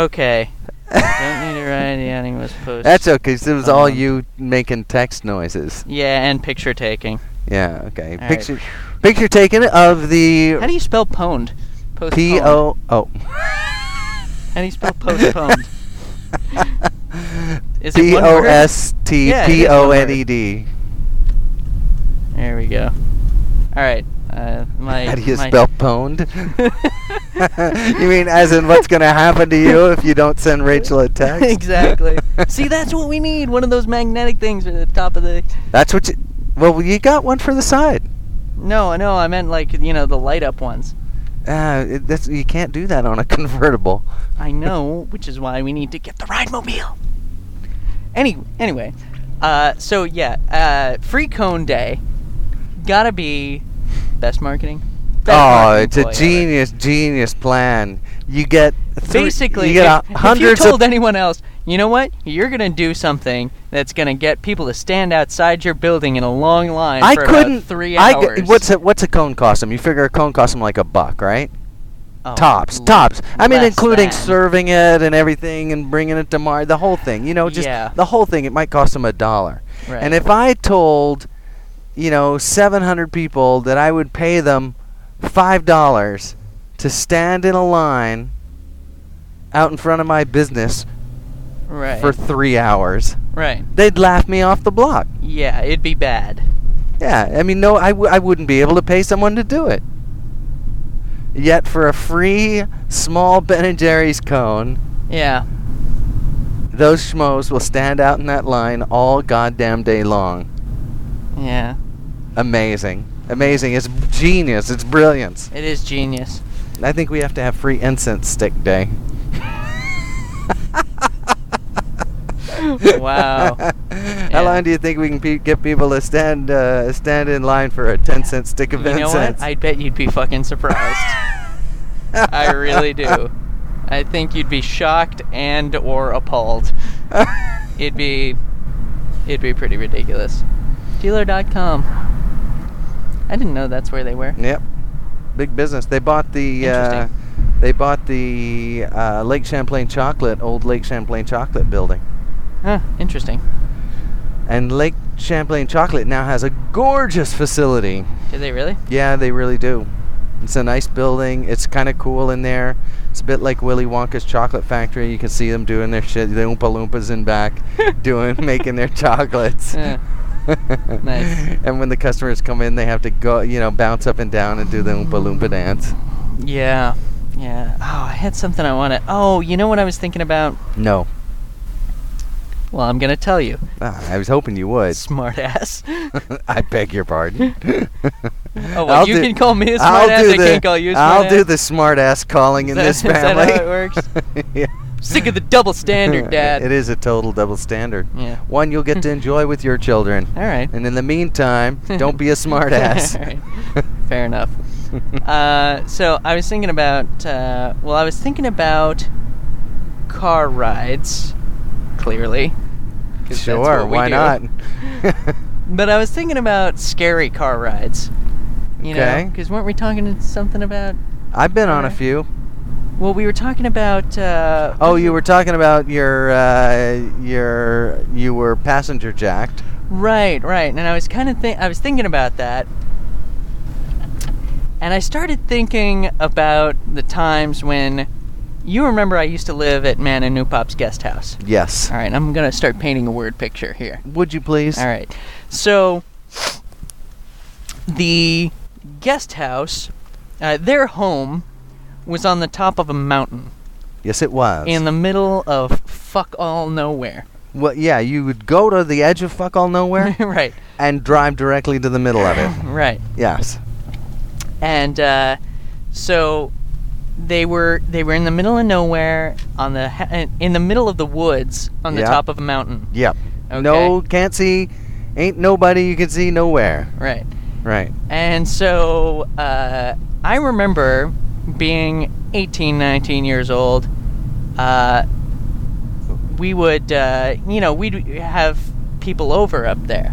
Okay. Don't need to write the ending was post.
That's okay. 'cause it was all
Um,
Uh-huh.
you making text noises.
Yeah, and picture taking.
Yeah. Okay.
All right.
picture picture taken of
How
the
do you spell pwned? Postponed.
P O oh.
How do
*laughs*
you spell postponed? *laughs* Is it
P
one
O
word?
S T
Yeah, it
P
is one
O
word.
N E D.
There we go. All right. Uh, my.
How do you
my- *laughs*
spell *laughs* pwned? you mean as in what's gonna happen to you if you don't send Rachel a text? *laughs*
*laughs* exactly. See, that's what we need. One of those magnetic things at the top of the.
That's what you. Well, you got one for the side.
No, no, I meant like you know the light up ones.
Uh, it, that's, you can't do that on a *laughs* convertible.
I know, which is why we need to get the ride mobile. Any anyway, uh, so yeah, uh, free cone day, gotta be best marketing. Best
Oh,
marketing
it's a
ploy ever.
genius, genius plan. You get three,
Basically,
you get
if,
a
if
hundreds
you told
of
anyone else, you know what, you're gonna do something that's gonna get people to stand outside your building in a long line
I
for
couldn't.
about three
I
hours.
g- what's a what's a cone cost them? You figure a cone costs them like a buck, right?
Oh,
tops,
l-
tops. I mean,
less
including
than.
serving it and everything, and bringing it to mar the whole thing. You know, just
Yeah.
the whole thing. It might cost them a dollar.
Right.
And if I told, you know, 700 people that I would pay them five dollars to stand in a line out in front of my business
right,
for three hours,
right,
they'd laugh me off the block.
yeah, it'd be bad.
Yeah, I mean, no, I, w- I wouldn't be able to pay someone to do it. Yet for a free small Ben and Jerry's cone,
Yeah,
those schmoes will stand out in that line all goddamn day long.
yeah,
Amazing. Amazing. It's genius. It's brilliance.
it is genius.
I think we have to have free incense stick day.
*laughs* Wow. Yeah.
*laughs* How long do you think we can pe- get people to stand uh, stand in line for a 10 cent stick of
You know
incense?
what? I bet you'd be fucking surprised. I really do. I think you'd be shocked and or appalled. It'd be it'd be pretty ridiculous. Dealer.com. I didn't know that's where they were.
*laughs* Yep. Big business. They bought the uh,
Interesting.
they bought the uh, Lake Champlain Chocolate, old Lake Champlain Chocolate building.
Huh, interesting.
And Lake Champlain Chocolate now has a gorgeous facility.
Did
*laughs*
they really?
Yeah, they really do. It's a nice building. It's kind of cool in there. It's a bit like Willy Wonka's chocolate factory. You can see them doing their shit. The Oompa Loompas in
*laughs*
back doing making their chocolates.
Yeah.
*laughs*
Nice.
and when the customers come in, they have to go, you know, bounce up and down and do the Oompa Loompa dance.
Yeah. Yeah. Oh, I had something I wanted. Oh, you know what I was thinking about?
No.
Well, I'm gonna tell you.
Ah, I was hoping you would. *laughs*
Smart ass.
I beg your pardon.
*laughs* Oh, well,
I'll
you
do-
can call me a smart
I'll
ass.
do
I
the,
can't call you a smart
I'll do
ass.
the smart ass calling in
Is that-
this
*laughs* is that
family.
how it works?
*laughs* yeah.
Sick of the
*laughs*
double standard, Dad.
It is a total double standard.
Yeah.
One you'll
*laughs*
get to enjoy with your children.
All right.
And in the meantime,
*laughs*
don't be a smart ass.
All right.
*laughs*
Fair enough. Uh, so I was thinking about, uh, well, I was thinking about car rides, clearly. 'cause that's
sure,
what we
why
do.
not?
*laughs*
*laughs*
But I was thinking about scary car rides. You know,
Okay.
because weren't we talking something about?
I've been on a
Alright.
few.
Well, we were talking about. Uh,
Oh, you were talking about your uh, your you were passenger jacked.
Right, right. And I was kind of think I was thinking about that. And I started thinking about the times when you remember I used to live at Man and Newpop's guest house.
Yes.
All right, I'm going to start painting a word picture here.
Would you please?
All right. So the guest house, uh, their home was on the top of a mountain
Yes, it was.
in the middle of fuck all nowhere.
Well, yeah, you would go to the edge of fuck all
*laughs*
nowhere
right.
and drive directly to the middle
*sighs*
of it.
Right.
Yes.
and uh, so they were they were in the middle of nowhere on the ha- in the middle of the woods on the
Yeah.
top of a mountain.
Yep.
Okay.
No, can't see. Ain't nobody you can see nowhere.
Right.
Right.
And so uh, I remember being 18, 19 years old. Uh, we would, uh, you know, we'd have people over up there.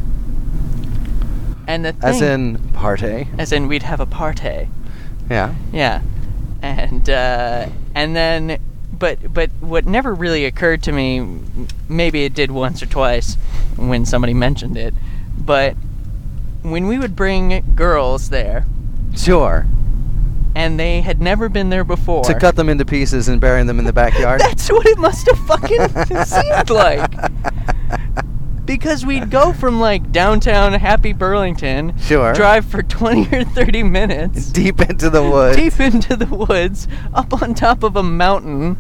And the
As
thing-
in party.
as in we'd have a party.
Yeah.
Yeah, and uh, and then, but but what never really occurred to me, m- maybe it did once or twice when somebody mentioned it, but when we would bring girls there
Sure.
and they had never been there before.
To cut them into pieces and bury them in
*laughs*
the backyard.
That's what it must have
*laughs*
fucking seemed like. Because we'd go from like downtown happy Burlington,
Sure.
drive for 20 or 30 minutes
Deep into the woods.
deep into the woods, up on top of a mountain,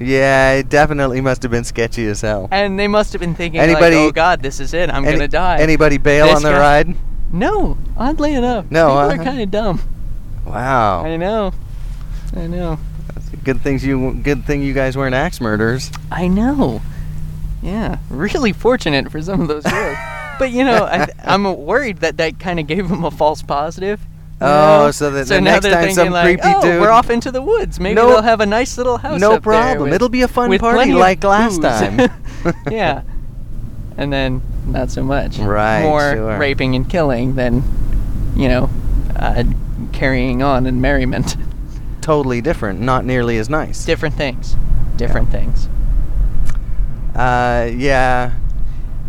Yeah, it definitely must have been sketchy as hell.
and they must have been thinking,
Anybody-
like, "Oh God, this is it. I'm
Any-
gonna die."
Anybody bail
This
on the
guy-
ride?
no, oddly enough,
No, Oh.
people
uh-huh.
are kind of dumb.
Wow.
I know, I know,
Good things you. Good thing you guys weren't axe murderers.
I know. Yeah, really fortunate for some
*laughs*
of those girls. but you know, I, *laughs* I'm worried that that kind of gave them a false positive. you
Oh,
know?
so that
so
the
now
next
they're
time
thinking
some
like,
creepy
oh,
dude-
we're off into the woods. Maybe
No-
we'll have a nice little house.
no
up there
problem.
with-
It'll be a fun
with
party
plenty of
like last
booze.
time.
*laughs*
*laughs*
yeah. And then not so much.
Right,
More
sure.
raping and killing than, you know, uh, carrying on and merriment. *laughs*
totally different. Not nearly as nice.
Different things. Different things.
Uh, yeah,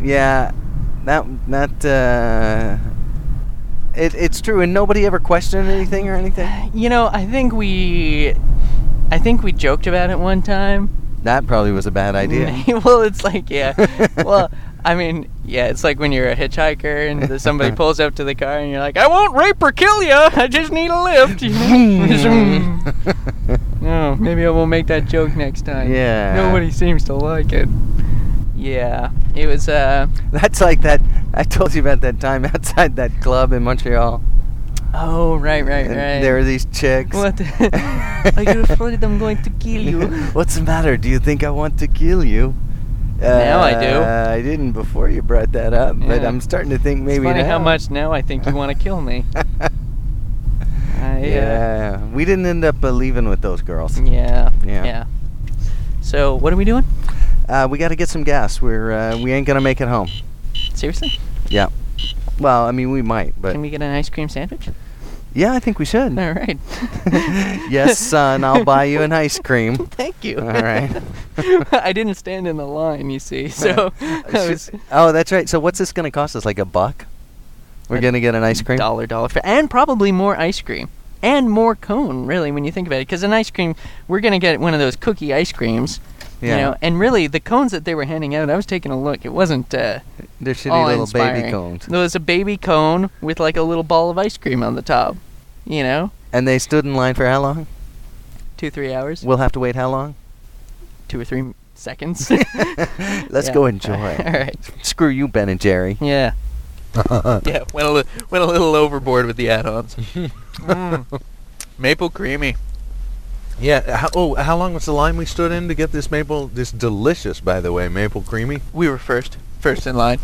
yeah. That that uh, it, it's true, and nobody ever questioned anything or
*laughs*
anything.
You know, I think we, I think we joked about it one time.
That probably was a bad idea.
*laughs* well, it's like yeah. well, I mean, yeah, it's like when you're a hitchhiker and
*laughs*
the- somebody pulls up to the car and you're like, I won't rape or kill you. I just need a lift. *laughs* you know? Zoom.
*laughs*
No, maybe I won't make that joke next time.
Yeah.
Nobody seems to like it. Yeah. It was uh
That's like that. I told you about that time outside that club in Montreal.
oh right, right,
and
right.
There were these chicks.
What *laughs*
*laughs*
Are you afraid I'm going to kill you?
What's the matter? Do you think I want to kill you?
Now I do.
Uh, I didn't before you brought that up, but
Yeah.
I'm starting to think maybe
it's funny how
now. *laughs*
much uh, now I think you want to kill me. I, uh,
yeah, we didn't end up uh, leaving with those girls.
yeah.
Yeah.
Yeah. So what are we doing?
Uh, we got to get some gas. We're uh, we ain't gonna make it home.
Seriously?
Well, I mean we might, but
Can we get an ice
*laughs*
cream sandwich?
yeah, I think we should.
All right.
*laughs*
*laughs*
yes, son, I'll buy you an ice cream.
Thank you.
All right.
*laughs* I didn't stand in the line, you *laughs* see.
*laughs*
So I was
oh, that's right. So what's this gonna cost us? Like a buck? We're
A
gonna get an ice cream.
dollar dollar fa- and probably more ice cream and more cone really when you think about it because an ice cream we're gonna get one of those cookie ice creams
Yeah,
you know and really the cones that they were handing out i was taking a look it wasn't uh
they're shitty
all
little baby
inspiring.
cones.
there was a baby cone with like a little ball of ice cream on the top you know
And they stood in line for how long?
two three hours
We'll have to wait how
*laughs*
long?
two or three m- *laughs* seconds
Let's
Yeah.
go enjoy.
*laughs* all right
Screw you, Ben and
*laughs*
Jerry.
yeah
Yeah, went a, li- went a little overboard with the add-ons.
maple creamy
*laughs* Yeah. How, oh, how long was the line we stood in to get this maple? This delicious, by the way, maple creamy. Hmm.
we were first first in line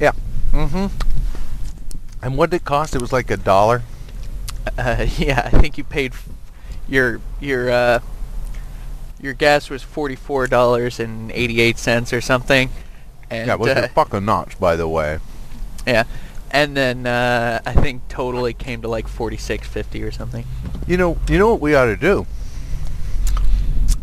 Yeah.
mm-hmm
And what did it cost? It was like a dollar.
Uh, yeah, I think you paid f- your your uh, your gas was forty four dollars and eighty eight cents or something, and
yeah, it was
uh,
a fucking notch, by the way.
yeah, and then uh, I think total it came to like forty six fifty or something.
You know, you know what we ought to do.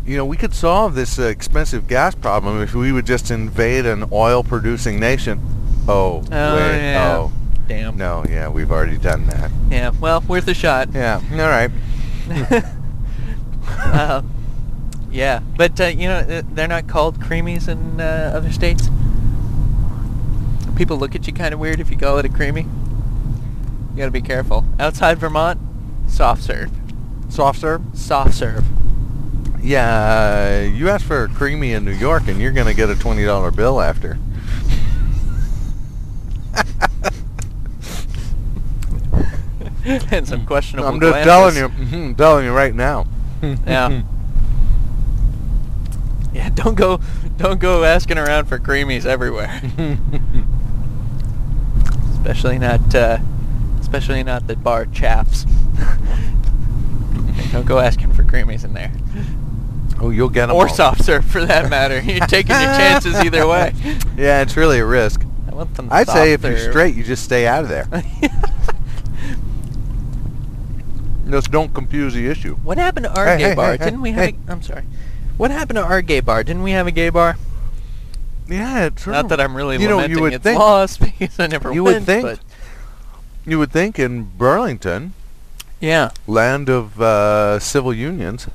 You know, we could solve this uh, expensive gas problem if we would just invade an oil-producing nation. Oh,
Oh,
wait,
yeah.
oh,
Damn.
no, yeah, we've already done that.
Yeah, well, worth a shot.
Yeah, all right.
*laughs* uh, yeah, but uh, you know th- they're not called creamies in uh, other states. People look at you kind of weird if you call it a creamy. You gotta be careful. Outside Vermont, soft serve,
Soft serve.
soft serve. *laughs*
Yeah, uh, you asked for a creamy in New York, and you're gonna get a twenty dollar bill after.
and some questionable.
I'm just telling
glances.
you, *laughs* mhm, telling you right *laughs* now.
Yeah. yeah, don't go, don't go asking around for creamies everywhere. *laughs* especially not uh, especially not the bar *laughs* chaps. Don't go asking for creamies in there.
Oh, you'll get them
or soft serve for that
*laughs*
matter. You're taking your *laughs* chances either way.
Yeah, it's really a risk.
I want them
I'd say if
soft
you're
serve.
straight, you just stay out of *laughs* there. Just don't confuse the issue.
what happened to our
Hey,
gay
hey, hey,
bar?
hey,
Didn't we have?
hey.
A, I'm sorry. What happened to our gay bar? Didn't we have a gay bar?
Yeah, it's true.
Not that I'm really
You know, you
lamenting
would
its
think-
loss *laughs* because I never
you
went.
would think.
but-
You would think in Burlington,
yeah.
land of uh, civil unions,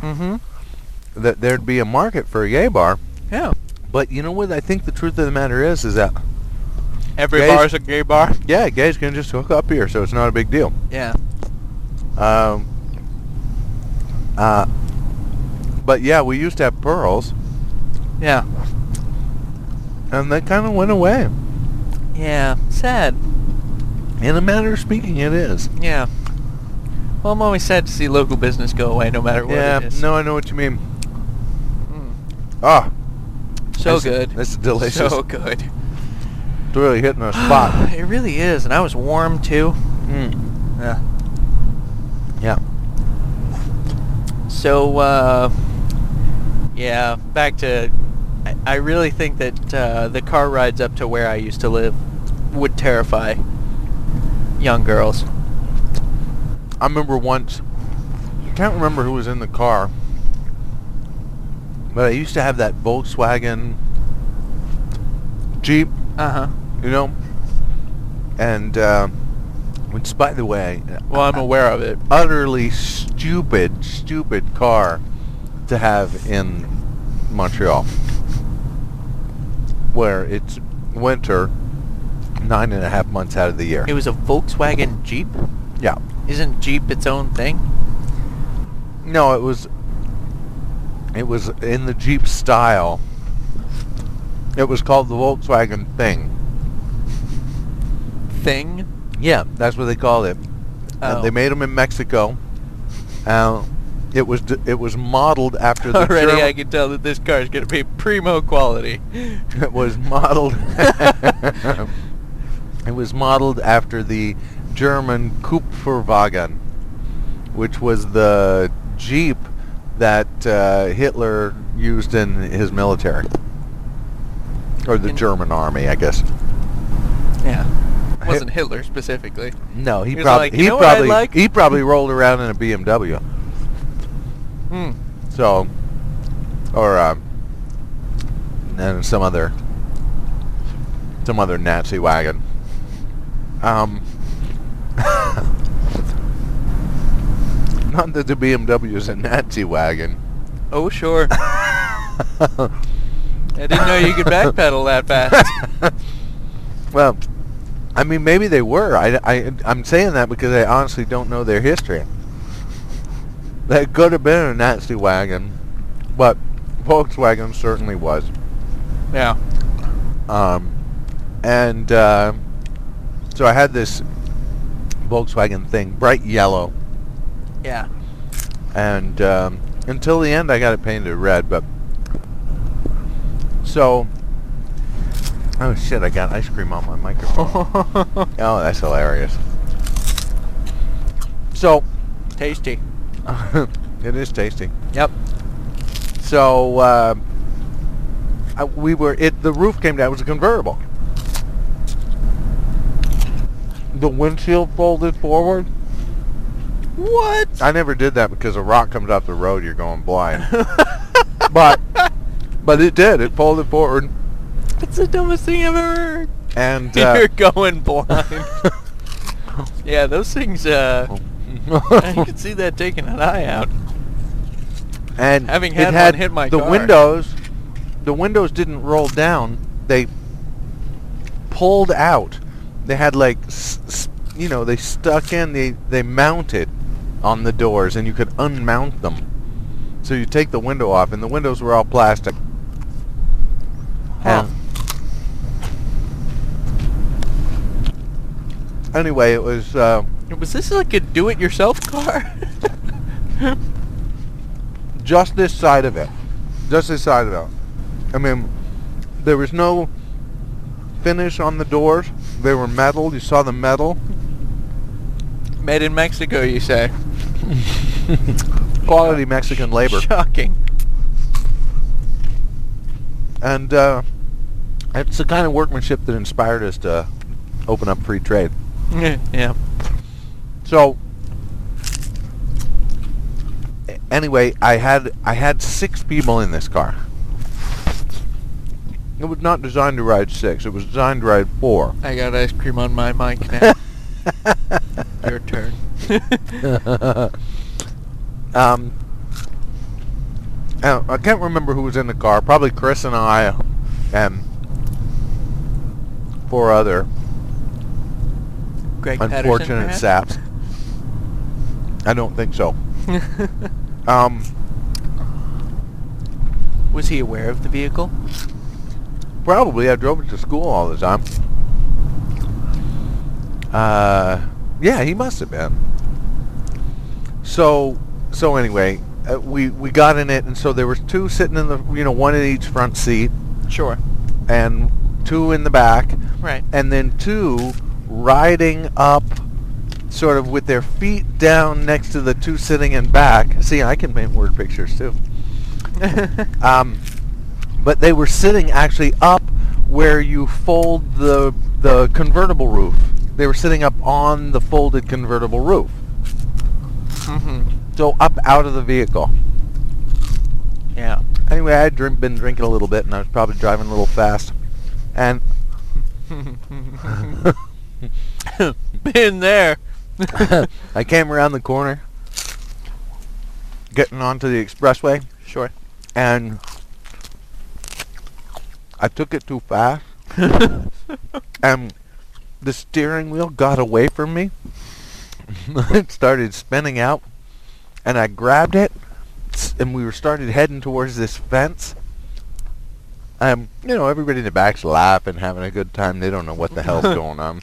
Mm-hmm.
that there'd be a market for a gay bar.
Yeah.
But you know what? I think the truth of the matter is, is that
Every
Gays-
bar is a gay bar.
yeah, gays can just hook up here, so it's not a big deal.
Yeah.
Um, uh, but yeah, we used to have pearls,
Yeah.
and they kind of went away.
Yeah. Sad.
In a manner of speaking, it is.
Yeah. Well, I'm always sad to see local business go away, no matter what it
yeah,
is.
no, I know what you mean.
Mm.
Ah,
So
that's-
good.
That's delicious.
So good.
It's really hitting a
*laughs*
spot.
*sighs* it really is, and I was warm too.
Mm.
Yeah.
Yeah.
So, uh, yeah, back to. I, I really think that uh, the car rides up to where I used to live would terrify young girls.
I remember once, I can't remember who was in the car, but I used to have that Volkswagen Jeep,
Uh huh.
you know, and uh, which, by the way, uh,
Well, I'm aware of it.
utterly stupid, stupid car to have in Montreal, where it's winter nine and a half months out of the year.
It was a Volkswagen Jeep.
Yeah.
Isn't Jeep its own thing?
No, it was. It was in the Jeep style. It was called the Volkswagen thing.
Thing.
Yeah, that's what they called it.
Oh.
And they made them in Mexico. Uh, it was d- it was modeled after the
*laughs* Already, I
German,
can tell that this car is going to be primo quality.
it *laughs* was modeled it was modeled after the German Kupferwagen, which was the Jeep that uh, Hitler used in his military, or the
In-
German army, I guess.
Yeah. Wasn't Hitler specifically.
No, he,
He was
probably
like, "You
he
know what I'd
probably
like?"
he probably rolled around in a BMW.
*laughs* Hmm.
So, or um, and some other, some other Nazi wagon. Um, *laughs* not that the BMW is a Nazi wagon. *laughs*
Oh, sure. I didn't know you could backpedal
*laughs*
that fast.
well, I mean, maybe they were. I, I, I'm saying that because I honestly don't know their history. That could have been a Nazi wagon, but Volkswagen certainly was.
Yeah.
Um, and uh, so I had this Volkswagen thing, bright yellow,
Yeah.
and um, until the end I got it painted red. But so, oh shit, I got ice cream on my microphone. Oh, that's hilarious. So, *laughs*
Tasty.
it is tasty.
Yep.
So, uh, I- we were, it, the roof came down. It was a convertible. The windshield folded forward.
What?
I never did that because a rock comes off the road, you're going blind. but, but it did. It folded forward.
That's the dumbest thing I've ever heard.
And,
*laughs* You're
uh, *laughs*
going blind. yeah, those things, uh,
Oh.
I could see that taking an eye out.
and
Having
it
had
had
one hit my
the
car.
windows the windows didn't roll down they pulled out they had like s- s- you know they stuck in they they mounted on the doors and you could unmount them so you take the window off and the windows were all plastic
Huh.
And- anyway it was uh,
Was this like a do-it-yourself car? *laughs*
just this side of it. Just this side of it. I mean, there was no finish on the doors. They were metal. You saw the metal.
Made in Mexico, you say?
Quality Mexican labor.
Shocking. *laughs*
and uh, it's the kind of workmanship that inspired us to open up free trade.
yeah.
So a- anyway, I had I had six people in this car. It was not designed to ride six. It was designed to ride four.
I got ice cream on my mic
*laughs*
now. Your turn.
*laughs* um, I I can't remember who was in the car. Probably Chris and I, and four other
Greg
unfortunate saps. I don't think so. Um,
Was he aware of the vehicle?
Probably. I drove it to school all the time. Uh, yeah, he must have been. So, so anyway, uh, we we got in it, and so there was two sitting in the, you know, one in each front seat,
Sure.
and two in the back,
Right.
and then two riding up, sort of with their feet down next to the two sitting in back. See, I can paint word pictures too. Um, but they were sitting actually up where you fold the the convertible roof. They were sitting up on the folded convertible roof,
hmm
so up out of the vehicle.
Yeah.
Anyway, I had drink, been drinking a little bit, and I was probably driving a little fast, and
Been there.
I came around the corner, getting onto the expressway,
Sure.
and I took it too fast, and the steering wheel got away from me. *laughs* it started spinning out, and I grabbed it, s- and we were started heading towards this fence. Um, you know, everybody in the back's laughing, having a good time. They don't know what the hell's going on.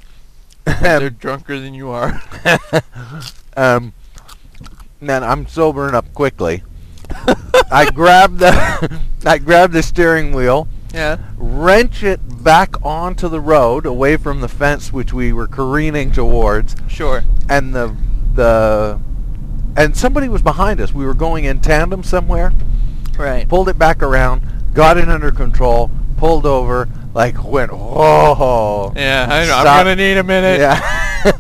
*laughs* They're drunker than you
*laughs*
are.
um, man, I'm sobering up quickly. *laughs* I grabbed the, *laughs* I grabbed the steering wheel,
Yeah.
wrench it back onto the road, away from the fence which we were careening towards,
Sure.
and the, the, and somebody was behind us. We were going in tandem somewhere.
Right.
Pulled it back around, got it under control, pulled over, like went whoa.
Yeah. I,
I'm Stop. gonna
need a minute.
Yeah.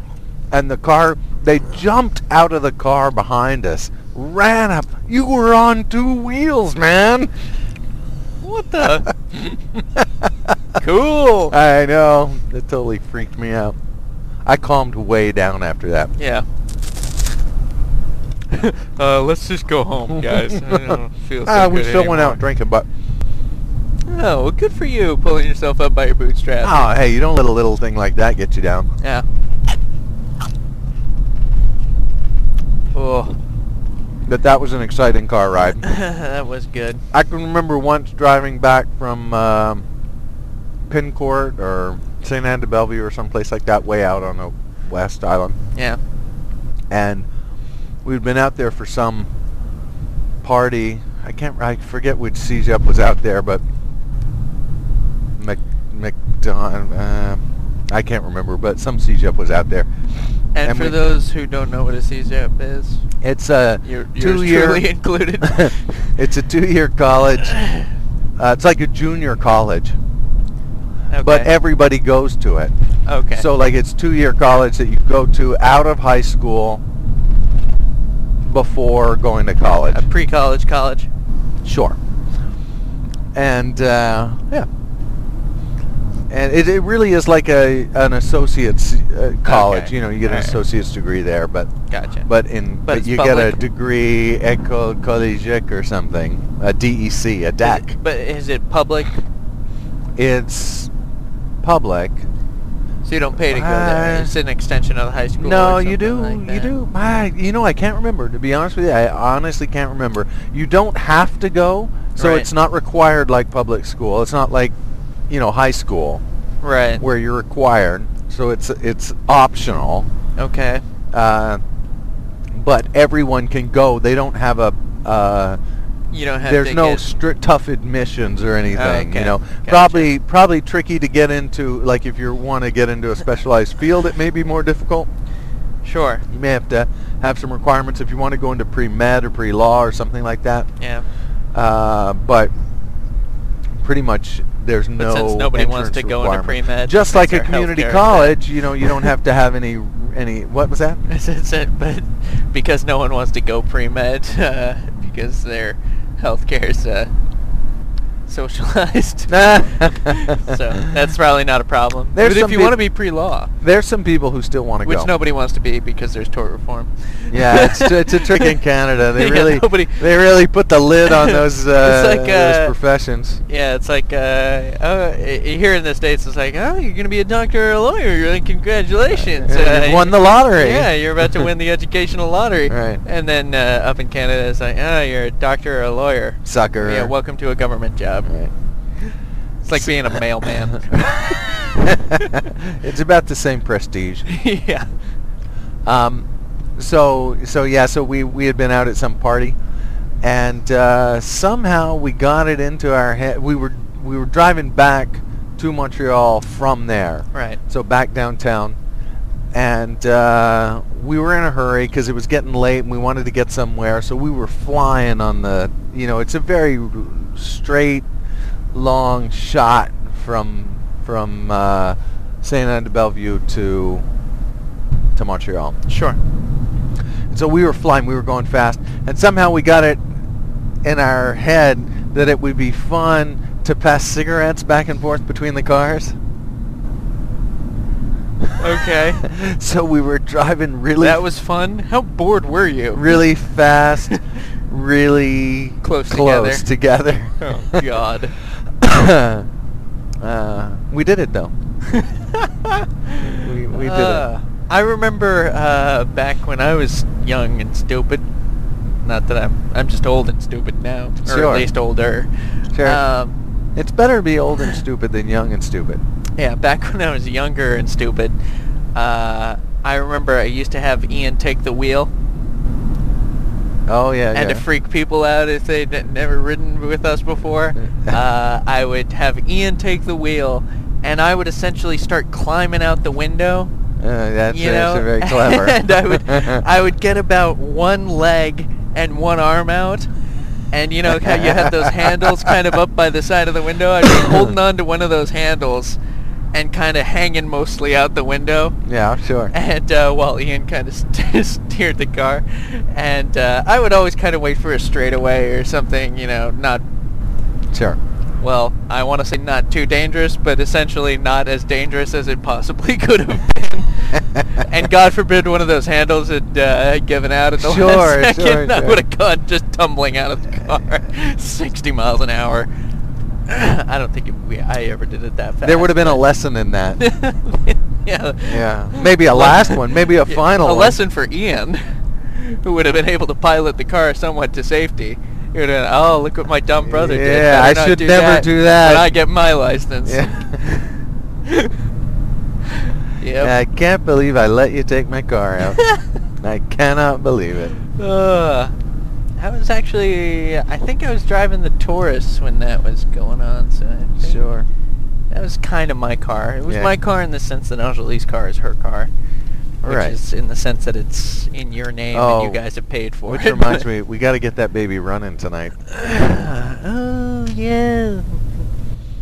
*laughs* and the car, they jumped out of the car behind us, ran up. You were on two wheels, man.
What the? cool.
*laughs* I know. It totally freaked me out. I calmed way down after that.
Yeah. *laughs* uh, let's just go home, guys. I
*laughs*
don't feel so
Ah, we
good
still went
anymore.
out drinking, but
Oh, well, good for you pulling yourself up by your bootstraps.
oh, hey, you don't let a little thing like that get you down.
Yeah. Oh,
But that was an exciting car ride.
*laughs* that was good.
I can remember once driving back from um, Pincourt or St. Anne de Bellevue or someplace like that, way out on the West Island,
Yeah.
and we'd been out there for some party. I can't, I forget which CJ up was out there, but Mc, McDon, uh, I can't remember, but some CJ up was out there.
And,
And
for
we-
those who don't know what a CZAP is,
It's a
you're, yours
two-year,
truly *laughs* included.
*laughs* it's a two-year college. Uh, it's like a junior college.
okay.
but everybody goes to it.
okay.
So like it's two-year college that you go to out of high school before going to college.
a pre-college college.
Sure. And uh, yeah, and it, it really is like a an associate's uh, college.
Okay.
You know, you get an
Alright.
associate's degree there, but
Gotcha.
but in
But
but,
it's
you get a
public.
degree école collegique or something, a DEC, a
Is it-
DEC.
but is it public?
It's public.
So you don't pay to go there.
Uh,
It's an extension of the high school. or
No, you
something
do.
like
you
that.
do. I, you know, I can't remember. To be honest with you, I honestly can't remember. You don't have to go, so
Right.
it's not required like public school. It's not like, you know, high school
Right.
where you're required. So it's it's optional.
Okay.
Uh, but everyone can go. They don't have a. Uh,
You don't have.
there's
to
no
get-
stri- tough admissions or anything.
okay.
You know,
Gotcha.
probably probably tricky to get into. Like if you want to get into a specialized field, it may be more difficult.
Sure.
You may have to have some requirements if you want to go into pre-med or pre-law or something like that.
Yeah.
Uh, but uh, pretty much there's
But
no
since nobody wants
entrance
to go into
requirement.
pre-med,
Just
since
like a
our
community
healthcare is
college, you know, you don't have to have any any what was that?
bad. Since it- but because no one wants to go pre-med *laughs* uh, because their healthcare is uh, socialized. *laughs* so that's probably not a problem.
There's
but if
some
you
peop-
want to be pre-law,
There's some people who still want to
which
go.
nobody wants to be because there's tort reform.
Yeah,
*laughs*
it's, it's a trick in Canada. They
Yeah,
really
nobody-
they really put the lid
*laughs*
on those uh,
like, uh,
those professions.
Yeah, it's like uh, uh, here in the states, it's like, oh, you're gonna be a doctor or a lawyer. You're like, congratulations,
Yeah,
uh,
you won the lottery.
Yeah, you're
*laughs*
about to win the educational lottery.
Right.
And then uh, up in Canada, it's like, oh, you're a doctor or a lawyer.
sucker.
Yeah, welcome to a government job.
Right.
It's like being
*laughs*
a mailman. *laughs*
it's about the same prestige.
yeah.
Um, so so yeah, so we we had been out at some party, and uh, somehow we got it into our head. We were we were driving back to Montreal from there,
Right.
so back downtown, and uh, we were in a hurry because it was getting late and we wanted to get somewhere. So we were flying on the you know it's a very r- straight, long shot from from uh, Saint Anne de Bellevue to to Montreal.
Sure.
And so we were flying, we were going fast, and somehow we got it in our head that it would be fun to pass cigarettes back and forth between the cars. *laughs*
Okay.
so we were driving really
that was fun. How bored were you?
really
*laughs*
fast, really
Close
close together.
*laughs* Oh,
*laughs*
God.
uh, we did
*laughs*
it though. We- we did it.
Uh, I remember uh, back when I was young and stupid. Not that I'm. I'm just old and stupid now, or
Sure.
at least older.
Sure.
Um,
It's better to be old and stupid than young and stupid.
yeah, back when I was younger and stupid, uh, I remember I used to have Ian take the wheel
Oh yeah,
and
yeah.
to freak people out if they'd n- never ridden with us
*laughs*
before. uh, I would have Ian take the wheel, and I would essentially start climbing out the window.
Uh, that's,
you
that's
know, *laughs*
very clever.
and I
*laughs*
would, I would get about one leg and one arm out, and you know how you had those handles kind of up by the side of the window. I'd be holding on to one of those handles, and kind of hanging mostly out the window.
Yeah, sure.
And uh, while Ian kind of st- *laughs* steered the car, and uh, I would always kind of wait for a straightaway or something, you know, not *laughs*
Sure.
well, I want to say not too dangerous, but essentially not as dangerous as it possibly *laughs* could have been. and God forbid one of those handles had uh, given out at the
Sure,
last second.
sure,
*laughs* I
sure.
would have gone just tumbling out of the car, *laughs* 60 miles an hour. *clears throat* I don't think it, we, I ever did it that fast.
There would have been a lesson in
*laughs*
that.
yeah.
Yeah. Maybe a last one, maybe a
*laughs* Yeah,
final
A
one.
lesson for Ian, who would have been able to pilot the car somewhat to safety. He would have, oh, look what my dumb brother did.
Yeah,
Better
I
not
should never
that
do that."
When I get my license.
yeah. I
*laughs* yep.
can't believe *laughs* I let you take my car
*laughs*
out. I cannot believe it.
Ugh. I was actually, I think I was driving the Taurus when that was going on, so I think
Sure.
that was kind of my car. It was
Yeah.
my car in the sense that Angelie's car is her car. Which
Right.
is in the sense that it's in your name and
Oh,
you guys have paid for *laughs*
Which
it.
reminds me, we got to get that baby running tonight.
oh yeah.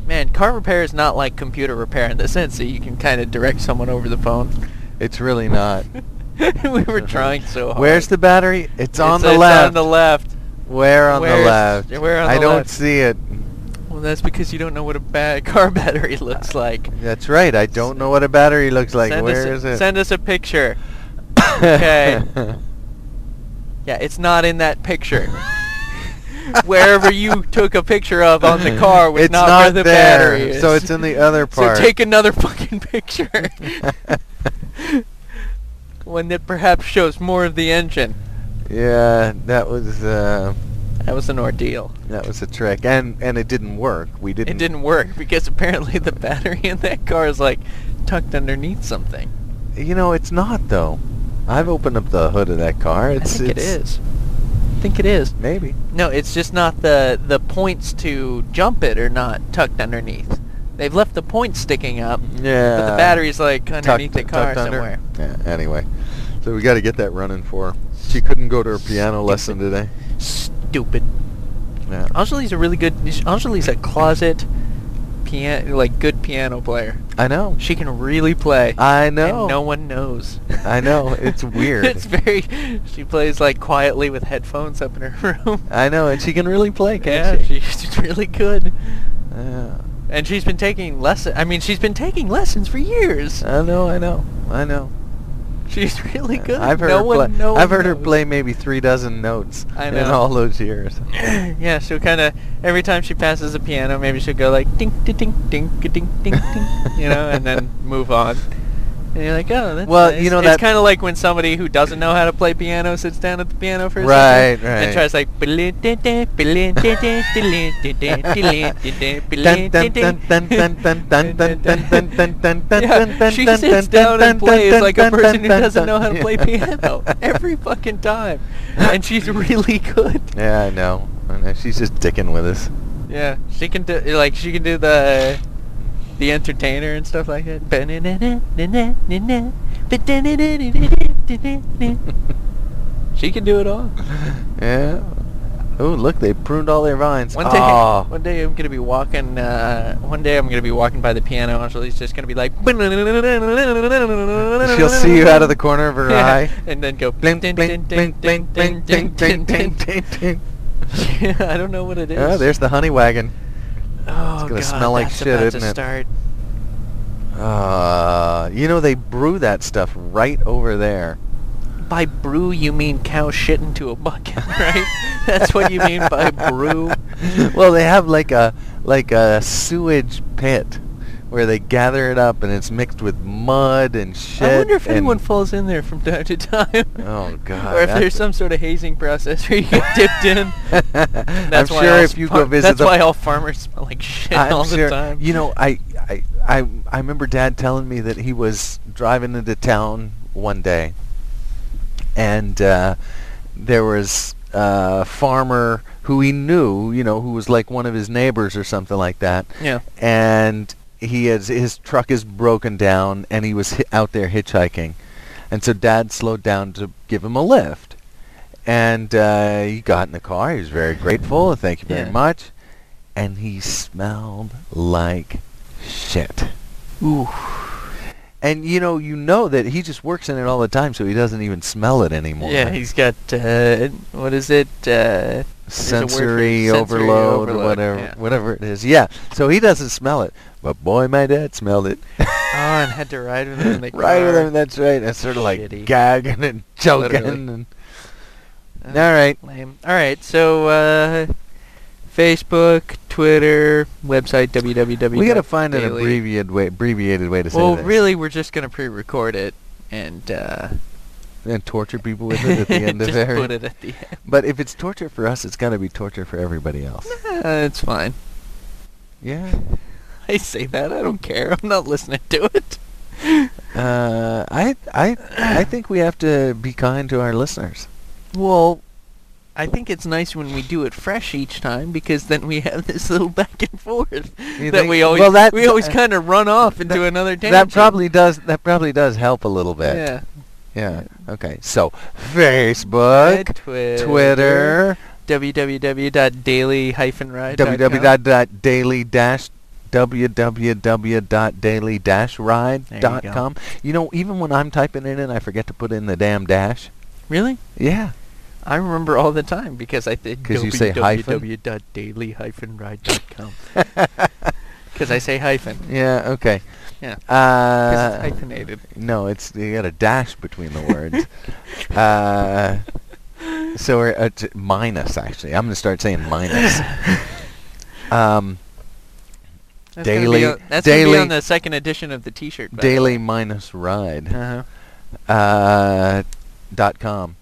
Man, car repair is not like computer repair in the sense that you can kind of direct someone over the phone. *laughs*
It's really not.
we *laughs* were trying so hard.
Uh-huh. Where's the battery? It's, on the
it's
left.
on the left.
Where on the
Where's-
left?
where on
I
the
don't
left?
see it.
Well, that's because you don't know what a ba- *laughs* car battery looks like.
That's right. I don't know what a battery looks Uh, like.
send
Where
us
is
a,
it? *laughs*
Send us a picture. okay. Yeah, it's not in that picture. *laughs* Wherever you took a picture of on the car was
it's
not,
not,
where the
there,
battery is.
So it's in the other part.
*laughs* So take another fucking picture. *laughs* One that perhaps shows more of the engine.
*laughs* yeah, that was uh,
That was an ordeal.
that was a trick, and and it didn't work. We didn't.
It didn't work because apparently the battery in that car is like tucked underneath something.
You know, it's not though. I've opened up the hood of that car.
I
It's,
think it
it's-
is. I think it is.
Maybe.
No, it's just not the the points to jump it are not tucked underneath. They've left the points sticking up,
Yeah.
but the battery's like
tucked-
underneath the car
tucked under.
somewhere.
Yeah, anyway, so we got to get that running for. her. She couldn't go to her piano lesson today.
Stupid.
Yeah.
Anjali's a really good. Anjali's a closet piano, like good piano player.
I know.
She can really play.
I
And
know.
no one knows.
I know,
*laughs*
it's weird.
it's very. She plays like quietly with headphones up in her *laughs* room.
I know, and she can really play,
yeah,
can't she?
she's *laughs* really good.
Yeah.
And she's been taking lesson. I mean, she's been taking lessons for years.
I know, I know, I know.
She's really
Uh,
good.
I've heard
no
her
one,
play.
No
I've
one
heard her
knows.
play maybe three dozen notes
I
in
know.
all those years.
yeah, she'll kind of every time she passes a piano, maybe she'll go like ding ding ding ding ding ding ding, you know, and then move on. And you're like, oh, that's
Well,
nice."
you know
it's
that-
kind of like when somebody who doesn't know how to play piano sits down at the piano for a
Right,
second and
right.
tries like yeah, she sits down and plays like a person who doesn't know how to
*laughs*
play piano every fucking time, and she's really good.
Yeah, I know. I know. She's just dicking with us.
Yeah, she can do like she can do the the entertainer and stuff
*laughs*
like that. She can do it all.
Yeah. Oh, look, they pruned all their vines.
One day,
Aw.
one day I'm gonna be walking. Uh, one day I'm gonna be walking by the piano, and she's just gonna be like.
She'll see you out of the corner of her
Yeah,
eye.
and then go.
Blink, blink, blink, blink, blink, blink, blink, blink, blink, blink.
*laughs* I don't know what it
*laughs*
is.
Oh, there's the honey wagon.
Oh,
it's gonna
God,
smell like
that's
shit,
about
isn't
to
it?
Start.
Uh, you know they brew that stuff right over there.
By brew, you mean cow shit into a bucket, *laughs* right? That's what you mean
*laughs*
by brew.
well, they have like a like a sewage pit where they gather it up and it's mixed with mud and shit.
I wonder if
and-
anyone falls in there from time to time.
Oh, God,
or if
that's-
there's some sort of hazing process where you get dipped in. That's
*laughs* I'm
why
sure
all
if you go
farm-
visit
that's
the *laughs*
why all farmers smell like *laughs* shit
I'm
all
sure-
the time.
You know, I, I, I, I remember Dad telling me that he was driving into town one day, and uh, there was a farmer who he knew, you know, who was like one of his neighbors or something like that.
Yeah.
And he has his truck is broken down, and he was hi- out there hitchhiking, and so Dad slowed down to give him a lift. And uh, he got in the car. He was very grateful. Thank you very
Yeah.
much and he smelled like shit.
Ooh.
And you know, you know that he just works in it all the time, so he doesn't even smell it anymore.
Yeah, he's got uh, what is it? Uh, a word for
sensory,
it, sensory
overload, or
overload,
whatever,
yeah.
whatever it is. Yeah, so he doesn't smell it, but boy, my dad smelled it.
oh, and had to ride with him
*laughs*
in the
right with
car.
him. That's right. That's sort of like
Shitty.
gagging *laughs* and choking.
Literally. *laughs*
And
Uh,
all right,
Lame. All right, so uh, Facebook, Twitter, website www.
we got to find an
daily.
abbreviated way, abbreviated way to say
Well,
this.
really, we're just gonna pre-record it and
*laughs*
uh,
And torture people with it at
*laughs*
the end of
just
every.
put it at the end.
But if it's torture for us, it's got to be torture for everybody else.
Uh, it's fine.
Yeah.
I say that. I don't care. I'm not listening to it.
Uh, I I I think we have to be kind to our listeners.
Well, I think it's nice when we do it fresh each time because then we have this little back and forth
You
that
think-
we always
well, that-
we always
uh,
kind of run off into
that-
another tangent.
That probably does that probably does help a little bit.
yeah.
Yeah. Okay. So Facebook,
Twitter.
Twitter,
www.daily-ride.
www.daily-www.daily-ride.com. You know, even when I'm typing it in, I forget to put in the damn dash.
Really?
Yeah.
I remember all the time because I think
'Cause you say hyphen? *laughs*
www.daily-ride.com because I say hyphen.
Yeah. Okay.
Yeah. 'Cause
Uh,
it's hyphenated.
No, it's you got a dash between the words. *laughs* uh, so we're uh, t- minus actually. I'm gonna start saying *laughs* minus. um,
That's gonna be
Daily-
on- that's gonna be
daily-
on the second edition of the T-shirt. by the
daily
way.
minus ride
Uh-huh.
uh, dot com,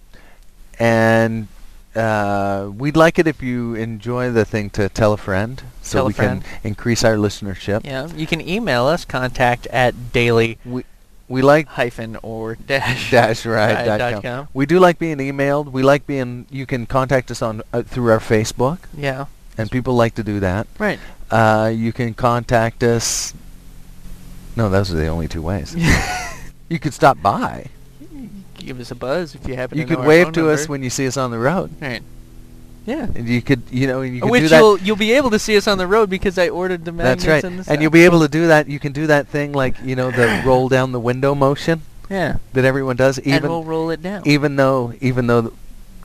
and uh, we'd like it if you enjoy the thing to tell a friend, so
Tell a
we
friend.
can increase our listenership.
Yeah, you can email us contact at daily
We we
*laughs*
like
hyphen or dash
dash ride
ride
dot
dot
com.
com.
We do like being emailed. We like being. You can contact us on uh, through our Facebook.
Yeah,
and people like to do that.
right.
Uh, you can contact us. No, those are the only two
*laughs*
ways. you could stop by.
Give us a buzz if you happen
You
to know
could
our
wave
phone
to us
number.
when you see us on the road.
Right. Yeah.
And you could, you know, and you could do
Which
that.
you'll you'll be able to see us on the road because I ordered the magnets
That's right.
and the
And you'll
stuff.
be able to do that. You can do that thing like, you know,
*coughs*
the roll down the window motion
yeah.
that everyone does
and
even
we'll roll it down.
even though even though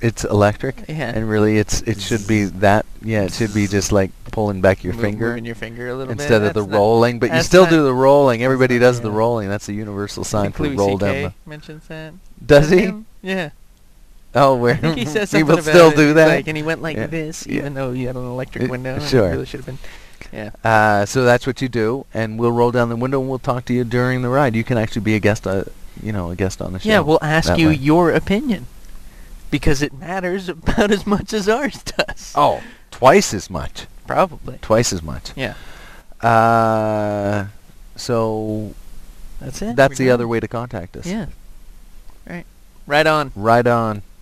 it's electric
Yeah.
and really it's it should be that yeah, it should be just like pulling back your
Move-
finger
moving your finger a little bit.
instead of the
That's not-
rolling, but you
that's
still
not-
do the rolling. Everybody does the
yeah.
rolling. That's a universal
I
sign
think
for
Louis
roll
CK
down
mentions that.
the Does he?
Him? Yeah.
*laughs* Oh, where
I think *laughs* he says
*laughs*
something
people
about
still *laughs*
it,
do
he's
that.
Like, and he went like
Yeah.
this,
Yeah.
even though he had an electric
It-
window. and it
sure.
really should have been. Yeah.
Uh, so that's what you do, and we'll roll down the window and we'll talk to you during the ride. You can actually be a guest, uh, you know, a guest on the show.
Yeah, we'll ask
that
you
way.
your opinion because it matters *laughs* about as much as ours does.
Oh, twice as much.
Probably.
Twice as much.
Yeah.
Uh, so
That's it.
that's
We're
the
done.
other way to contact us.
Yeah. Right. Right on.
Right on.